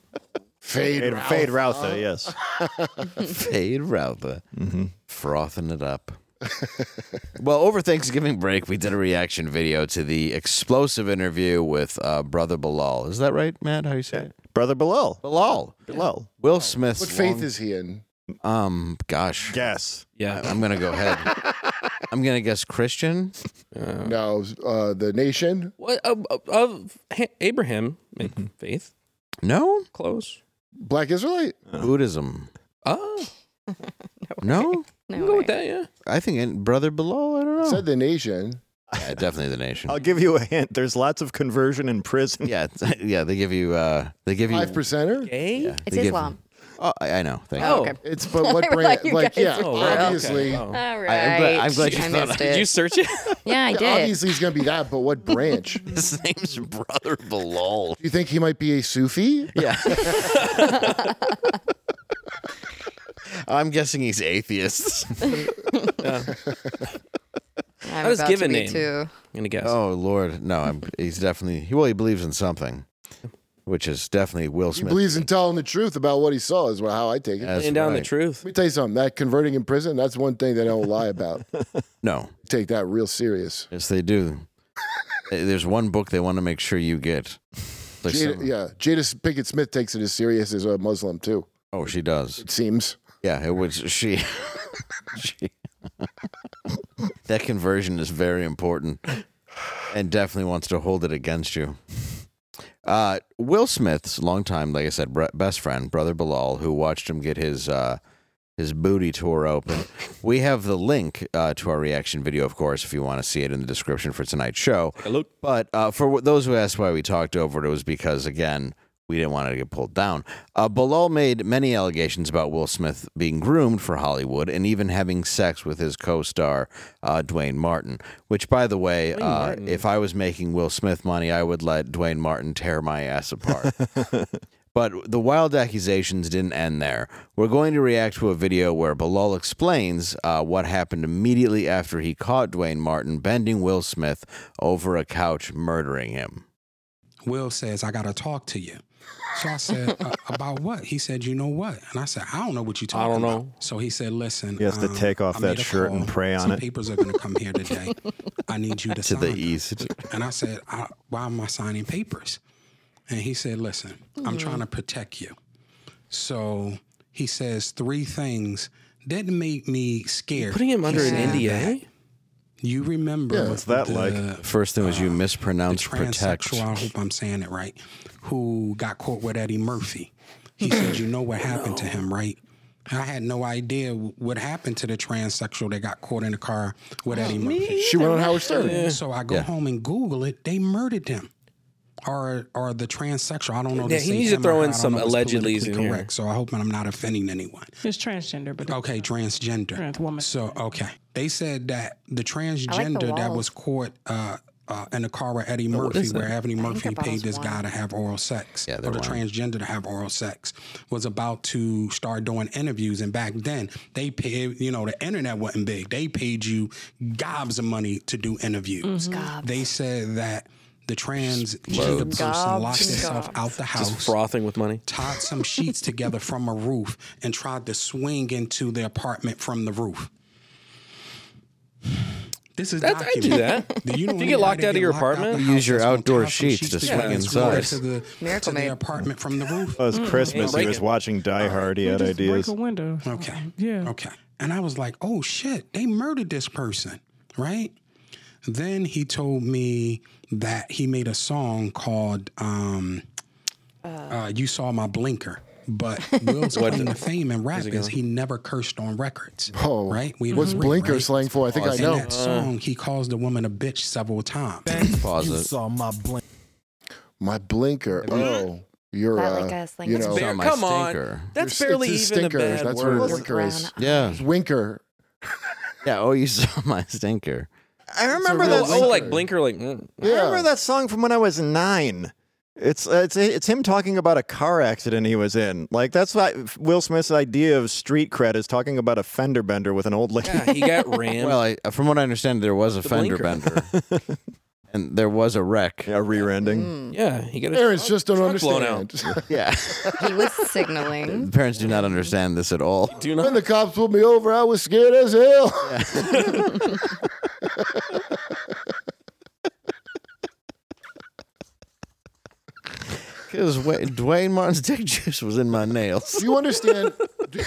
Fade,
Ralph.
Fade Routha, yes.
fade rather
Mm-hmm.
frothing it up. well, over Thanksgiving break, we did a reaction video to the explosive interview with uh, brother Bilal. Is that right, Matt? How you say it?
Brother Bilal.
Bilal.
Bilal.
Will Smith's
What Oh. faith
long-
is he in?
um gosh.
Guess.
Yeah.
I'm gonna go ahead. I'm gonna guess Christian.
No, uh, the nation.
What of, of- of Ha- Abraham make
Mm-hmm.
faith
No,
close?
Black Israelite?
Buddhism.
Oh,
No,
we
No
can go
way.
with that. Yeah.
I think in brother Bilal. I don't know.
Said the Oh, nation.
Yeah, definitely the nation.
I'll give you a hint. There's lots of conversion in prison.
yeah, it's- yeah. They give you. uh They give you.
Five percenter?
Gay.
yeah,
It's
they give-
Islam.
Oh, I, I know. Thank
Oh,
you.
okay.
It's but what
were
brand?
like, you
Like,
guys
yeah,
are
Oh, wow.
obviously.
Okay. Wow.
All right.
I'm glad- I'm glad you
I
thought
missed
Did you
it.
search it?
Yeah, I
Yeah,
did.
Obviously, he's going to be that, but what branch? Do
His name's brother Bilal.
you think he might be a Sufi?
Yeah. I'm guessing he's atheist.
I'm
How does
about
give
to
a
be
name?
too.
I'm gonna guess.
Oh Lord, no! I'm, he's definitely he- well. He believes in something, which is definitely Will
He
Smith.
believes in telling the truth about what he saw, is how I take it.
That's
Laying down the
right.
truth.
Let me tell you something. That converting in prison, that's one thing they don't lie about.
No,
Take that real serious.
yes, they do. Eh, There's one book they want to make sure you get. It's Like
Jada,
some-
yeah, Jada Pinkett Smith takes it as serious as a Muslim too.
Oh, she does.
It seems.
Yeah, it was she. she that conversion is very important, and definitely wants to hold it against you. Uh, Will Smith's longtime, like I said, bre- best friend, brother Bilal, who watched him get his uh, his booty tore open. we have the link uh, to our reaction video, of course, if you want to see it in the description for tonight's show.
look.
But uh, for wh- those who asked why we talked over it, it was because, again, we didn't want it to get pulled down. Uh, Bilal made many allegations about Will Smith being groomed for Hollywood and even having sex with his co star, uh, Dwayne Martin. Which, by the way, uh, if I was making Will Smith money, I would let Dwayne Martin tear my ass apart. But the wild accusations didn't end there. We're going to react to a video where Bilal explains uh, what happened immediately after he caught Dwayne Martin bending Will Smith over a couch, murdering him.
Will says, I got to talk to you. So I said, "Uh, about what? He said, you know what? And I said, I don't know what you're
I
talking
don't
about.
know.
So he said, listen. um,
He has to take off
I
that
made a
shirt and
call.
pray on
Some
it." E.
papers are going to come here today. I need you to,
To
sign
the
them."
east.
And I said, I, why am I signing papers? And he said, listen,
Mm-hmm.
I'm trying to protect you. So he says three things that made me scared.
Putting him under
He
an
said
NDA.
You remember what's
that like?
uh, First thing was you mispronounced protect.
transsexual, I hope I'm saying it right, who got caught with Eddie Murphy. He said, You know what happened to him, right? I had no idea what happened to the transsexual that got caught in the car
Oh,
with Eddie Murphy.
She went on Howard Stern.
So I go home and Google it. They murdered him. Or, or the transsexual. I don't know.
Yeah,
they
he
say
needs to
him or
throw
her.
in
I don't
some
know if it's
allegedly's
politically
in here.
correct. So I hope I'm not offending anyone.
It's transgender, but
Okay, transgender.
Trans woman.
So okay, they said that the transgender that
walls.
was caught uh, uh, in the car with Eddie Murphy, where Eddie Murphy
they're
paid
bottles
this
of
guy to have oral sex, or the transgender to have oral sex, was about to start doing interviews. And back then, they paid you know the internet wasn't big. They paid you gobs of money to do interviews.
Mm-hmm.
They said that. The transgender person
Gobs.
locked herself out the house
Just frothing with money.
tied some sheets together from a roof and tried to swing into the apartment from the roof. This is
That's- I'd do
documented.
that.
Do you, know
If you
anybody
get locked
that
out of your
locked the
apartment,
house
use your
that's gonna
outdoor
tie some
sheets to
together
swing
and swing
inside.
to the,
Miracle
to the
Man.
apartment from the roof?
It was Christmas. He
break
was
it.
watching Die Hard. He had
just break
ideas.
a window.
Okay.
Yeah.
Okay. And I was like, oh shit, they murdered this person, right? Then he told me that he made a song called um, uh, You Saw My Blinker. But Will's claim to fame in rap is he never cursed on records.
Oh,
right? We
What's
agree,
blinker
right?
slang for? I think I
In
know.
that song, he calls the woman a bitch several times.
Pause it.
My blinker. Oh, you're
Not like
uh,
us, like
you
us.
know,
Bear-
Bear,
my
come on,
stinker.
that's
It's- it's
barely
his
even a
stinkers.
bad
That's what it
word.
is. Blinker is.
Yeah.
Winker.
Yeah. Oh, you saw my stinker.
I remember
Oh,
that.
oh, like blinker, like mm.
I remember that song from when I was nine. It's it's it's him talking about a car accident he was in. Like that's why Will Smith's idea of street cred is talking about a fender bender with an old lady.
yeah, he got rammed.
Well, I, from what I understand, there was a fender
blinker.
bender, and there was a wreck.
a rear ending.
yeah, he got. a
Parents
truck-
just don't
Oh, truck blown out.
understand.
Yeah.
He was signaling.
The parents do not understand this at all.
Do
when
not.
the cops pulled me over, I was scared as hell.
Because Dwayne Martin's dick juice was in my nails.
Do you understand? do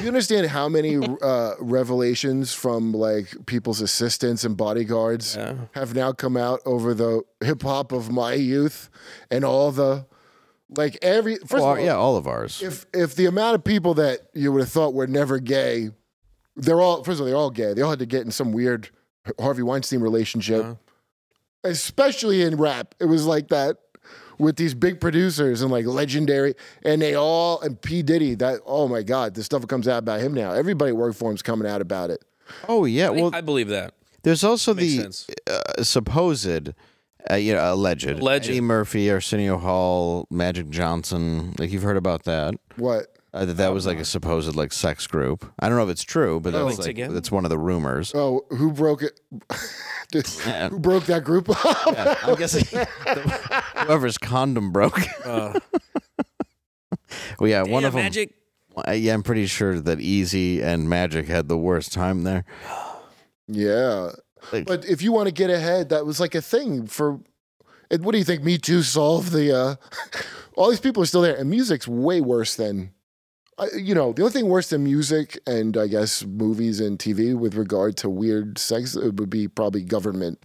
you understand how many uh, revelations from like people's assistants and bodyguards have now come out over the hip hop of my youth and all the like every first
Well,
of all,
yeah, all of ours.
if if the amount of people that you would have thought were never gay, they're all first of all they're all gay. They all had to get in some weird Harvey Weinstein relationship, especially in rap. It was like that with these big producers and like legendary, and they all and P Diddy. That oh my god, the stuff that comes out about him now. Everybody that worked for him's coming out about it.
Oh yeah, well,
I believe that.
there's also
Makes
the
sense.
uh, supposed, uh, you know, alleged,
Legend.
Eddie Murphy, Arsenio Hall, Magic Johnson. Like you've heard about that.
What?
Uh, that that was like a supposed like sex group. I don't know if it's true, but
Oh,
that's like
together?
that's one of the rumors.
Oh, who broke it? Dude, who broke that group up?
I'm guessing whoever's condom broke. well, yeah, one
Yeah,
of them.
Uh. magic.
Yeah, I'm pretty sure that Easy and Magic had the worst time there.
Yeah.
Like-
but if you want to get ahead, that was like a thing for. And what do you think? Me Too solved the. Uh, all these people are still there, and music's way worse than. I you know, the only thing worse than music and I guess movies and TV with regard to weird sex it would be probably government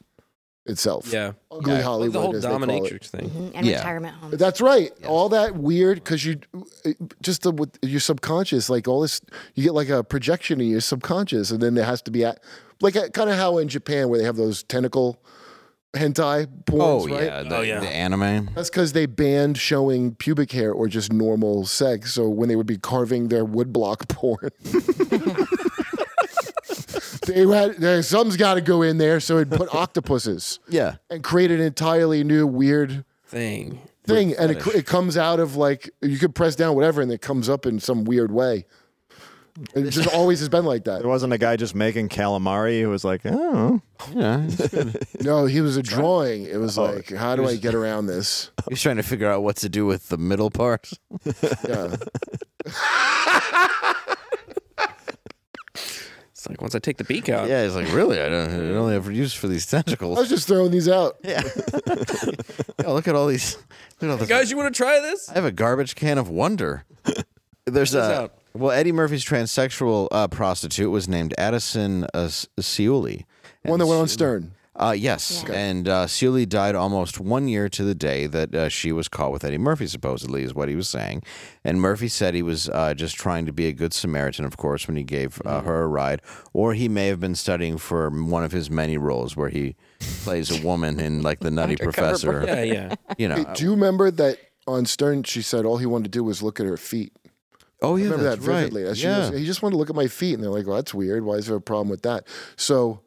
itself.
Yeah,
Ugly
Yeah.
Hollywood.
the whole
as they call it.
dominatrix thing.
And
Yeah.
retirement home.
That's right. All that weird because you just the, with your subconscious, like all this, you get like a projection in your subconscious, and then there has to be at, like kind of how in Japan where they have those tentacle hentai porns,
Oh
right?
yeah, the,
Oh, yeah.
the anime.
That's because they banned showing pubic hair or just normal sex. So when they would be carving their woodblock porn, they had there, some's got to go in there. So it put octopuses
Yeah,
and create an entirely new weird
Thing.
thing, and it, it comes out of like you could press down whatever, and it comes up in some weird way. It just always has been like that.
There wasn't a guy just making calamari who was like, oh,
yeah.
No, he was a drawing. It
Oh,
was like, how do I get around this?
He's trying to figure out what to do with the middle part.
Yeah,
It's like once I take the beak out.
Yeah, he's like, really? I don't, I don't have use for these
I
tentacles.
was just throwing these out.
Yeah, look at all these. Look at all this.
Guys, you want to try this?
I have a garbage can of wonder. There's a
out.
well, Eddie Murphy's transsexual uh, prostitute was named Addison uh, S- Scioli.
One that went on Stern.
Uh, yes, and uh, Seeley died almost one year to the day that uh, she was caught with Eddie Murphy, supposedly, is what he was saying. And Murphy said he was uh, just trying to be a good Samaritan, of course, when he gave
Mm.
uh, her a ride, or he may have been studying for one of his many roles where he plays a woman in like the Nutty Professor.
Yeah, yeah.
You know,
Do you remember that on Stern she said all he wanted to do was look at her feet?
oh yeah,
remember
that's
that vividly.
right.
As she
yeah.
was- he just wanted to look at my feet, and they're like, "Well, that's weird. Why is there a problem with that?" So,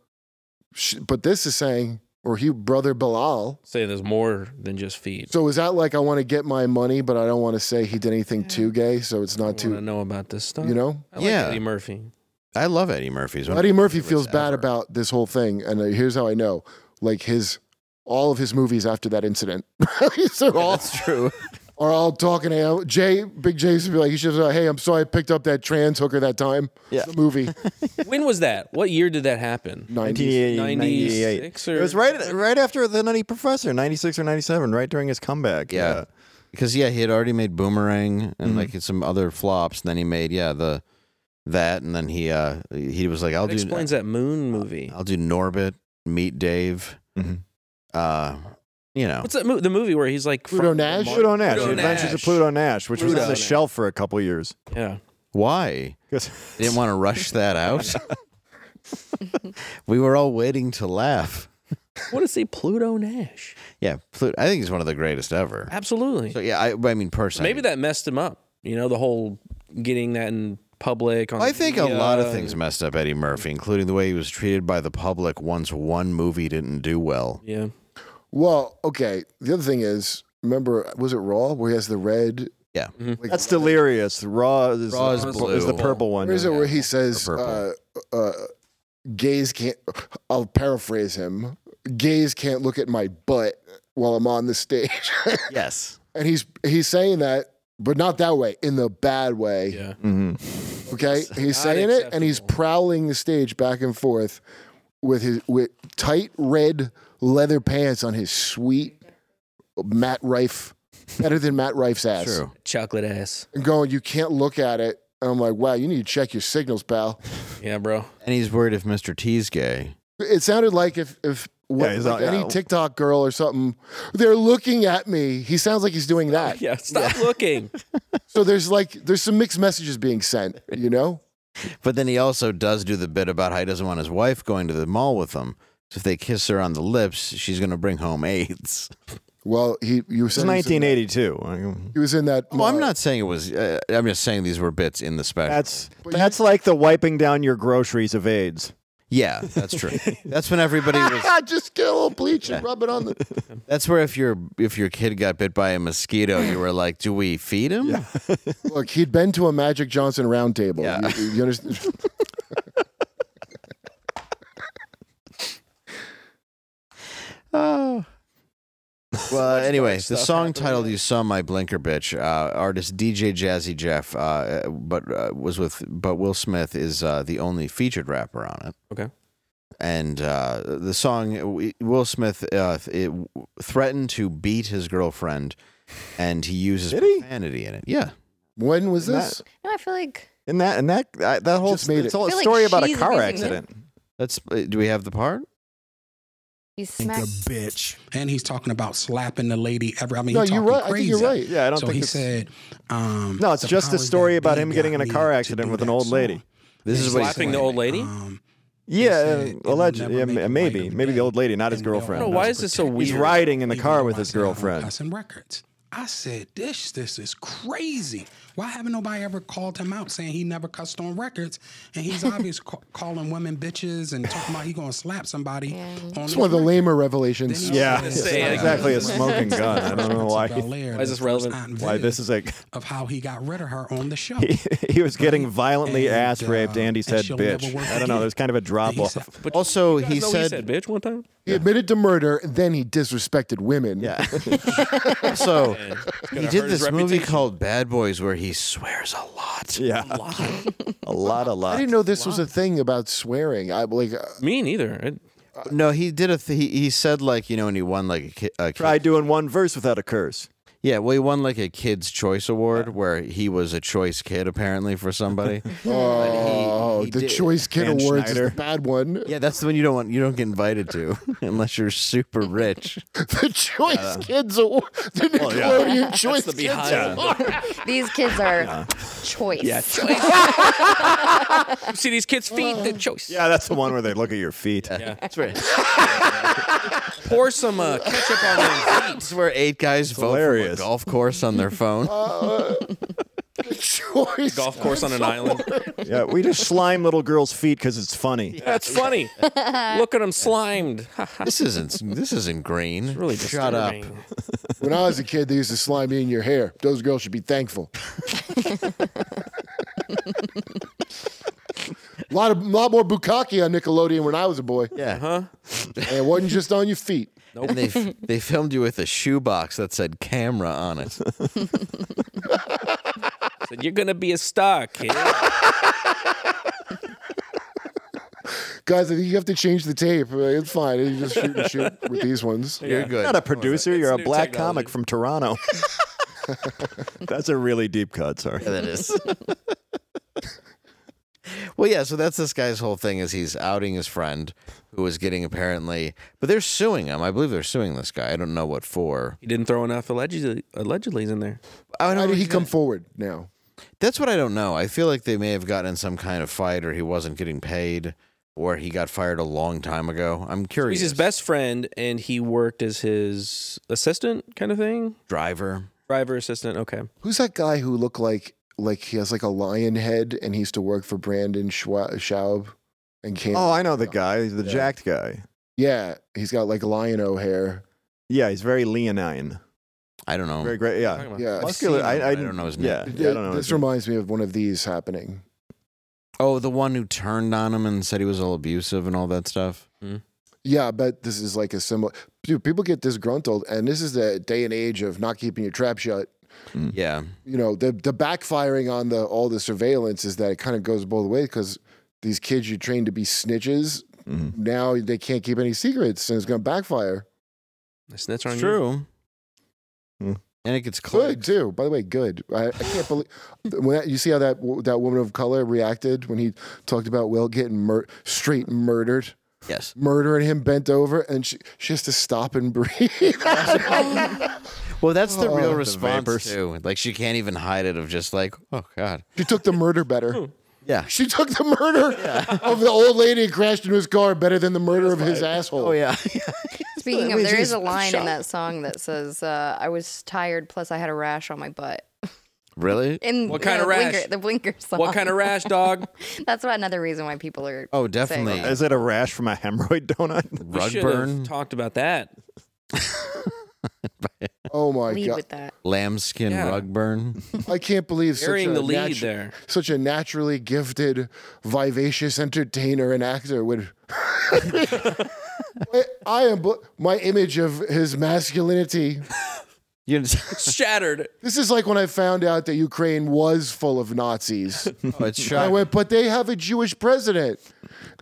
she, but this is saying, or he brother Bilal.
Say there's more than just feet.
So is that like I want to get my money, but I don't want to say he did anything too gay, so it's not
I want to
too,
know about this stuff.
you know?
I like
Yeah.
Eddie Murphy.
I love Eddie Murphy's. one of
Eddie
my
Murphy
favorites
feels bad
ever.
about this whole thing, and uh, here's how I know: like his all of his movies after that incident, they're all
true.
are all talking to him. Jay, Big Jay's be like, he should like, "Hey, I'm sorry, I picked up that trans hooker that time." Yeah, the movie
when was that? What year did that happen?
90s.
1988.
96 or-
it was right right after the Nutty Professor, 96 or 97, right during his comeback.
Yeah. Because yeah, he had already made Boomerang
Mm-hmm.
and like some other flops, and then he made yeah the that, and then he uh he was like, I'll
That
do
explains that Moon movie.
I'll do Norbit, Meet Dave,
Mhm.
uh, you know,
What's that mo- the movie where he's like
Pluto
from the
Nash?
Mar-
Pluto Nash,
Pluto
The Adventures of
Nash.
Pluto Nash, which was
Pluto
on the
Nash.
shelf for a couple years.
Yeah.
why
'Cause-
they didn't want to rush that out? we were all waiting to laugh.
What is he? Pluto Nash.
Yeah, Pluto. I think he's one of the greatest ever.
Absolutely.
So yeah, I, I mean personally,
Maybe that messed him up. You know, the whole getting that in public. On
I think a
media
lot of
and-
things messed up Eddie Murphy, including the way he was treated by the public once one movie didn't do well.
Yeah.
Well, okay. The other thing is, remember, was it Raw where he has the red?
Yeah.
Mm-hmm.
Like,
That's delirious. Raw is,
Raw is
is
blue.
the purple one.
Where is it where he says,
Or
uh,
purple.
uh, "Gays can't." I'll paraphrase him. Gays can't look at my butt while I'm on the stage,
Yes.
and he's he's saying that, but not that way, in the bad way.
Yeah.
Mhm.
Okay, he's saying it, and he's
acceptable.
prowling the stage back and forth with his with tight red leather pants on his sweet Matt Rife, better than Matt Rife's ass.
True.
Chocolate ass.
And going, you can't look at it. And I'm like, wow, you need to check your signals, pal.
Yeah, bro.
And he's worried if Mr. T's gay.
It sounded like if if what,
Yeah, he's
like
not-
any
yeah.
TikTok girl or something, they're looking at me. He sounds like he's doing that.
Yeah. Stop looking.
So there's like there's some mixed messages being sent. You know,
But then he also does do the bit about how he doesn't want his wife going to the mall with him. So if they kiss her on the lips, she's going to bring home AIDS.
well he you
It's
said he was in that-
1982.
He was in that.
Well, Oh, I'm not saying it was. Uh, I'm just saying these were bits in the special.
That's
you-
that's like the wiping down your groceries of AIDS.
yeah, that's true. that's when everybody was.
just get a little bleach and rub it on the.
That's where if your if your kid got bit by a mosquito, you were like, do we feed him?
Look, he'd been to a Magic Johnson roundtable.
Yeah.
You, you understand?
Oh. Well, anyway, the
stuff
song
happening.
titled "You Saw My Blinker Bitch," uh, artist DJ Jazzy Jeff, uh, but uh, was with, but Will Smith is uh, the only featured rapper on it.
Okay.
And uh, the song, w- Will Smith uh, it w- threatened to beat his girlfriend, and he uses
Did he?
profanity in it. Yeah.
when was
Not-
this?
No, I feel like
And that and that I, that whole
Just made it.
it's all a
I feel like
story about a
she's
car
abusing him.
accident.
That's. uh, Do we have the part?
he's
Think
smacked.
the bitch. And he's talking about slapping the lady every. I mean,
No,
he
you're
talking
right. I think
Crazy.
you're right.
Yeah, I don't
so
think
he
it's,
said, um,
No, it's
the
just a
powers
story
that
about
be
him getting in
got
a
me
car
to
accident
do
with an
that
old
song.
lady.
This
He
is what. he
Slapping
said. Oh.
the old lady?
Um, He
Yeah,
said it will
allegedly.
never
Yeah,
make
ma-
it
maybe,
right
maybe the
away.
old lady, not his
And they'll
girlfriend.
No, why is this so
protect
weird?
He's riding in the
even
car
though
with
I
his
said I hold
girlfriend.
cussing records. I said, this, this is crazy. Why haven't nobody ever called him out saying he never cussed on records? And he's obvious ca- calling women bitches and talking about he gonna slap somebody. On
It's one of the lamer revelations.
Yeah, it's
Say
not
it.
exactly a smoking gun. I don't know why. he-
Why
is this relevant?
Why this is like
of how he got rid of her on the show.
he was getting violently
And,
ass raped,
uh,
and he
and
said,
she'll never
"Bitch."
work
I don't know.
again.
There's kind of a drop
He said-
off.
But
Also,
you guys
he
know
said,
he said bitch one time.
He admitted to murder, then he disrespected women.
Yeah. so he
hurt
did this
his
movie
reputation.
called Bad Boys where he swears a lot.
Yeah, a lot, a
I
lot.
didn't know this was a thing about swearing. I like, uh,
Me neither. I-
No, he did a. Th- he, he said like you know, and he won like a, ki- a ki-
Try doing one verse without a curse.
Yeah, well, he won like a Kids Choice Award where he was a choice kid apparently for somebody.
Oh,
he
the
did-
Choice Kid
Dan
Awards
Schneider.
is the bad one.
yeah, that's the one you don't want. You don't get invited to unless you're super rich.
The Choice Kids Award. The
yeah.
Nickelodeon Choice
the
Kids
behind.
Award.
These kids are choice.
Yeah. Oh, See these kids' feet? The choice.
Yeah, that's the one where they look at your feet.
Yeah.
That's where
Pour some uh, ketchup on their feet.
that's where eight guys vote
hilarious.
from a golf course on their phone.
The Choice.
Golf course on an island.
Yeah, we just slime little girls' feet because it's funny.
That's funny. Look at them slimed.
this isn't this isn't green.
really
Shut up.
disturbing.
When I was a kid, they used to slime me in your hair. Those girls should be thankful. a lot of lot more bukkake on Nickelodeon when I was a boy,
Yeah.
and it wasn't just on your feet.
And they f- they filmed you with a shoebox that said camera on it.
Said, You're gonna be a star, kid.
Guys, I think you have to change the tape. Uh, It's fine. You just shoot and shoot with these ones.
You're good.
Not a producer, you're a
new
black
technology.
comic from Toronto. that's a really deep cut, sorry.
that is. well, yeah. So that's this guy's whole thing is he's outing his friend who is getting apparently, but they're suing him. I believe they're suing this guy. I don't know what for.
He didn't throw enough allegedly allegedly's in there.
I don't
How
know
did
what
he
he's
come forward now?
That's what I don't know. I feel like they may have gotten in some kind of fight, or he wasn't getting paid, or he got fired a long time ago. I'm curious.
He's his best friend, and he worked as his assistant, kind of thing.
driver.
Driver assistant. Okay.
Who's that guy who looked like like he has like a lion head and he used to work for Brandon Schwa- Schaub and came?
Oh, I know the guy, the
Yeah.
jacked guy.
yeah, he's got like lion o hair.
Yeah, he's very leonine.
I don't
Oh.
know.
Very great.
Uh,
Yeah.
Yeah, I've
Muscular.
seen
I,
him,
I,
but I don't know his name.
Yeah,
Th-
yeah, I don't know.
This
his name.
reminds me of one of these happening.
Oh, the one who turned on him and said he was all abusive and all that stuff.
Yeah, but this is like a similar. Dude, people get disgruntled, and this is the day and age of not keeping your trap shut.
Yeah.
You know, the the backfiring on the all the surveillance is that it kind of goes both ways because these kids you trained to be snitches
Mm-hmm.
now they can't keep any secrets, and it's going to backfire.
I snitch on
It's
you.
true.
Hmm.
And it gets
Good
clicked.
too, by the way. Good. I, I can't believe when that, you see how that that woman of color reacted when he talked about Will getting mur- straight murdered.
Yes.
murdering him bent over and she, she has to stop and breathe.
Well, that's the
Oh,
real
the
response
vapors.
too. Like she can't even hide it. Of just like, oh god.
she took the murder better.
Yeah.
She took the murder of the old lady who crashed into his car better than the murder of his asshole.
Oh yeah.
I
Speaking of,
mean,
there is
she's
a line
shot.
in that song that says, uh, "I was tired, plus I had a rash on my butt."
really?
In
What
the
kind of
Blinker-
rash?
The Blinker song.
What kind of rash, dog?
That's what another reason why people are.
Oh, definitely.
Saying,
Is it a rash from a hemorrhoid donut?
We
Rug
should
burn,
have talked about that.
Oh my
Lead
god.
with that.
lambskin
Yeah.
rug burn.
I can't believe such a,
Burying the lead
natu-
there.
such a naturally gifted, vivacious entertainer and actor would I am bl- my image of his masculinity.
You
Shattered.
This is like when I found out that Ukraine was full of Nazis.
oh, it's
I
shocking.
went, but they have a Jewish president.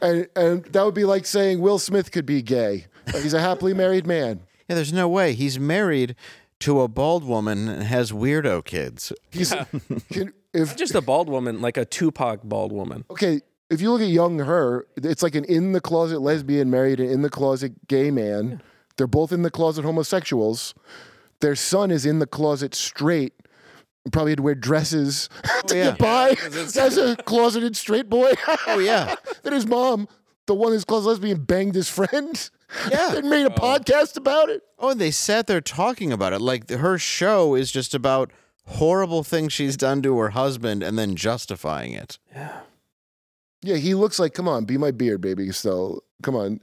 And, and that would be like saying Will Smith could be gay. He's a happily married man.
Yeah, there's no way he's married to a bald woman and has weirdo kids.
He's can, if
Just a bald woman, like a Tupac bald woman.
okay. If you look at young her, it's like an in the closet lesbian married an in the closet gay man. They're both in the closet homosexuals. Their son is in the closet straight. Probably had to wear dresses to
Oh, yeah.
get by as a closeted straight boy.
Oh yeah.
Then his mom, the one who's closet lesbian, banged his friend.
Yeah.
and made a podcast about it.
Oh, and they sat there talking about it. Like her show is just about horrible things she's done to her husband and then justifying it.
Yeah, he looks like, come on, be my beard, baby. Still, come on,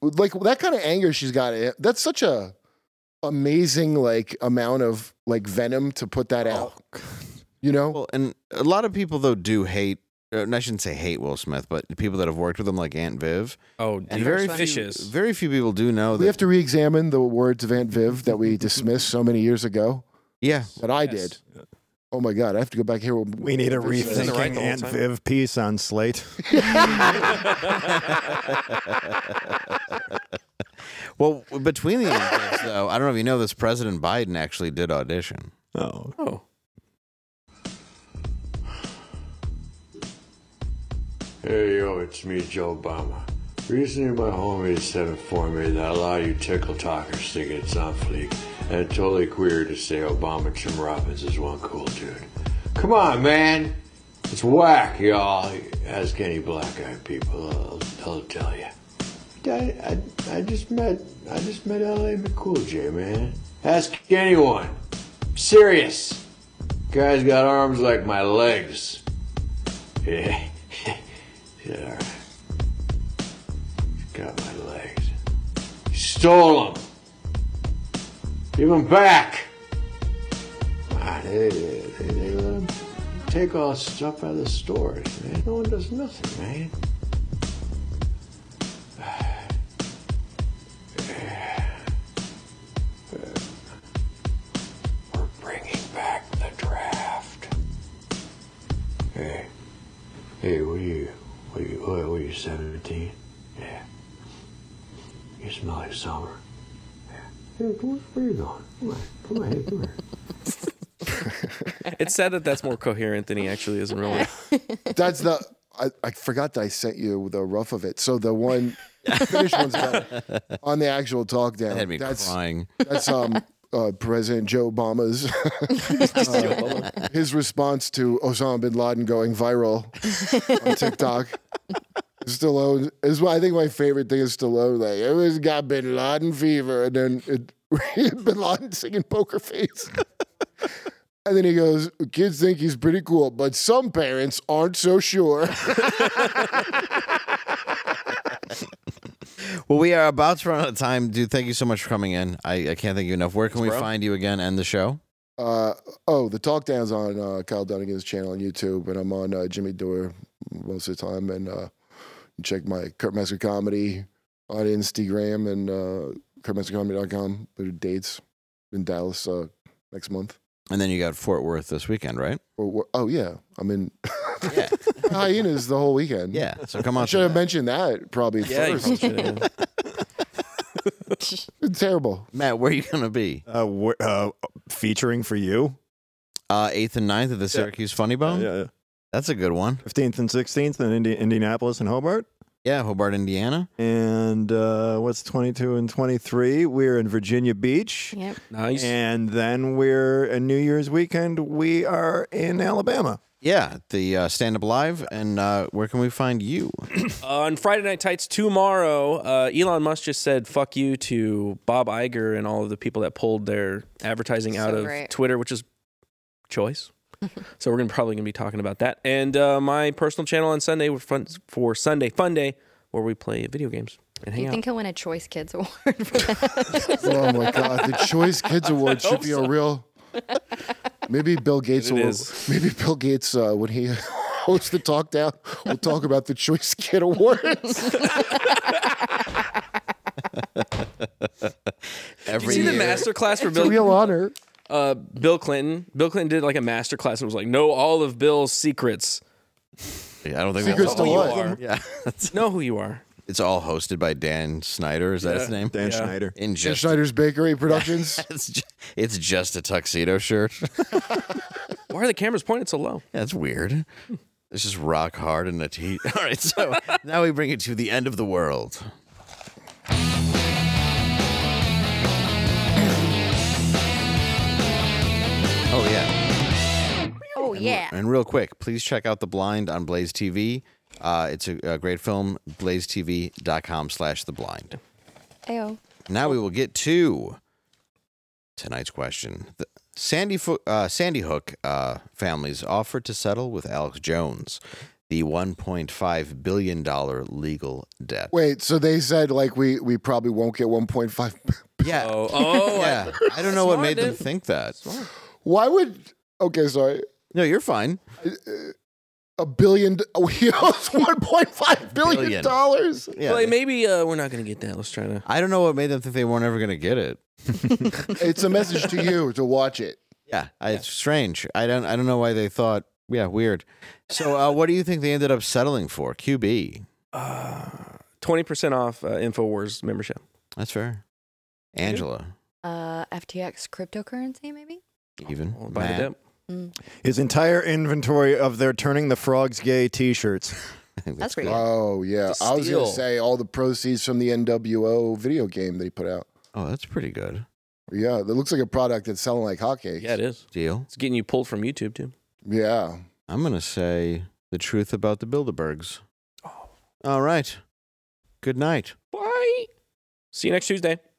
like that kind of anger she's got. eh, That's such a amazing like amount of like venom to put
Oh,
that out. You know,
Well, and a lot of people though do hate. uh, and I shouldn't say hate Will Smith, but people that have worked with him, like Aunt Viv,
Oh,
and
and
very few,
vicious.
very few people do know
we
that.
have to re-examine the words of Aunt Viv that we dismissed so many years ago.
yeah,
That I did. Oh my god, I have to go back here. With,
We need a
in the right
rethinking
the whole
Aunt
time.
Viv piece on Slate.
Well, between the Olympics, though, I don't know if you know this, President Biden actually did audition.
Oh,
Oh,
Hey yo, it's me, Joe Obama. Recently, my homies have informed me that a lot of you tickle talkers think it's on fleek and totally queer to say Obama Jim Robbins is one cool dude. Come on, man. It's whack, y'all. Ask any black eyed people, they'll, they'll tell you. I, I, I just met I just met LA McCool J, man. Ask anyone. Serious. Guy's got arms like my legs. Yeah. yeah. all right. He's got my legs. He stole them. Give them back. Ah, they, they, they let him take all the stuff out of the stores, man. No one does nothing, man. We're bringing back the draft. Hey, hey, what are you, what are you, what are you, 17? Yeah. You smell like summer. Yeah. Hey, come on, where you going? Come on, come on, hey, come here.
it's sad that that's more coherent than he actually is in real life.
That's the. I, I forgot that I sent you the rough of it. So the one the finished one's better on the actual talk down.
That had me
that's
crying.
that's um uh, President Joe Obama's uh, his response to Osama bin Laden going viral on TikTok. Stallone is I think my favorite thing is Stallone like it was got bin Laden fever and then it, bin Laden singing poker face. And then he goes, kids think he's pretty cool, but some parents aren't so sure.
Well, we are about to run out of time, dude. Thank you so much for coming in. I, I can't thank you enough. Where can we find you again and the show?
Uh, oh, the talk down's on uh, Kyle Dunnigan's channel on YouTube, and I'm on uh, Jimmy Dore most of the time. And uh, you check my Kurt Mesker comedy on Instagram and uh, KurtMeskerComedy.com. There are dates in Dallas uh, next month.
And then you got Fort Worth this weekend, right?
Or, or- oh yeah, I'm in
Yeah.
hyenas the whole weekend.
Yeah. So come
I
on.
should have mentioned that probably
Yeah, you
first.
probably should have.
It's terrible.
Matt, where are you going to be?
uh, wh- uh, featuring for you.
Uh, 8th and 9th at the Syracuse Funny Bone?
Yeah,
That's a good one.
fifteenth and sixteenth in Indi- Indianapolis and Hobart.
Yeah, Hobart, Indiana.
And uh, what's twenty two and twenty three? We're in Virginia Beach.
Yep.
Nice.
And then we're a New Year's weekend. We are in Alabama.
Yeah, the uh, Stand Up Live. And uh, where can we find you?
Uh, on Friday Night Tights tomorrow, uh, Elon Musk just said "fuck you" to Bob Iger and all of the people that pulled their advertising out
So
of
great.
Twitter, which is choice. so we're gonna probably gonna be talking about that. And uh, my personal channel on Sunday for, fun, for Sunday Fun Day, where we play video games and
Do
hang
you
out.
think he'll win a Choice Kids Award for that?
Oh my god, the Choice Kids Award should be a real. Maybe Bill Gates
It
will.
is.
Maybe Bill Gates uh, when he hosts the talk down, we'll talk about the Choice Kid Awards.
Did
Every
you see the
year.
masterclass for
It's a
Bill,
real honor.
uh, Bill Clinton? Bill Clinton did like a masterclass and was like, "Know all of Bill's secrets.
I don't think
Secrets
we'll
to
know
what?
who you are. Yeah.
Know who you are."
it's all hosted by Dan Snyder. Is that his name?
Dan Schneider.
In
Dan
just,
Schneider's Bakery Productions.
it's just, it's just a tuxedo shirt.
Why are the cameras pointed so low?
That's weird. It's just rock hard and a tee. All right, so now we bring it to the end of the world. Oh yeah,
oh yeah.
and real quick, please check out The Blind on Blaze TV. Uh, it's a, a great film. BlazeTV.com slash The Blind.
Ayo.
Now we will get to tonight's question. The Sandy, Fo- uh, Sandy Hook uh, families offered to settle with Alex Jones the $1.5 billion legal debt.
Wait, so they said like we we probably won't get 1.5.
Yeah.
Oh, oh,
yeah. I don't know what
Smart,
made them
dude.
think that.
Why would? Okay, sorry.
No, you're fine.
A billion. Oh, he owes 1.5 billion
Billion.
dollars.
Yeah.
Like, maybe uh, we're not gonna get that. Let's try to.
I don't know what made them think they weren't ever going to get it.
It's a message to you to watch it.
Yeah, I, it's strange. I don't. I don't know why they thought. Yeah, weird. So, uh, what do you think they ended up settling for? QB.
twenty percent off uh, Infowars membership.
That's fair. Angela,
Uh, FTX cryptocurrency, maybe? Mm.
even
Well, by the
Matt.
dip.
His entire inventory of their turning the frogs gay t-shirts.
That's pretty good.
Oh yeah,
It's a
I was
steal.
gonna say all the proceeds from the NWO video game that he put out.
Oh, that's pretty good
Yeah, that looks like a product that's selling like hotcakes.
Yeah, it is.
deal.
It's getting you pulled from YouTube too.
Yeah.
I'm gonna say the truth about the Bilderbergs. All right. Good night.
Bye. See you next Tuesday.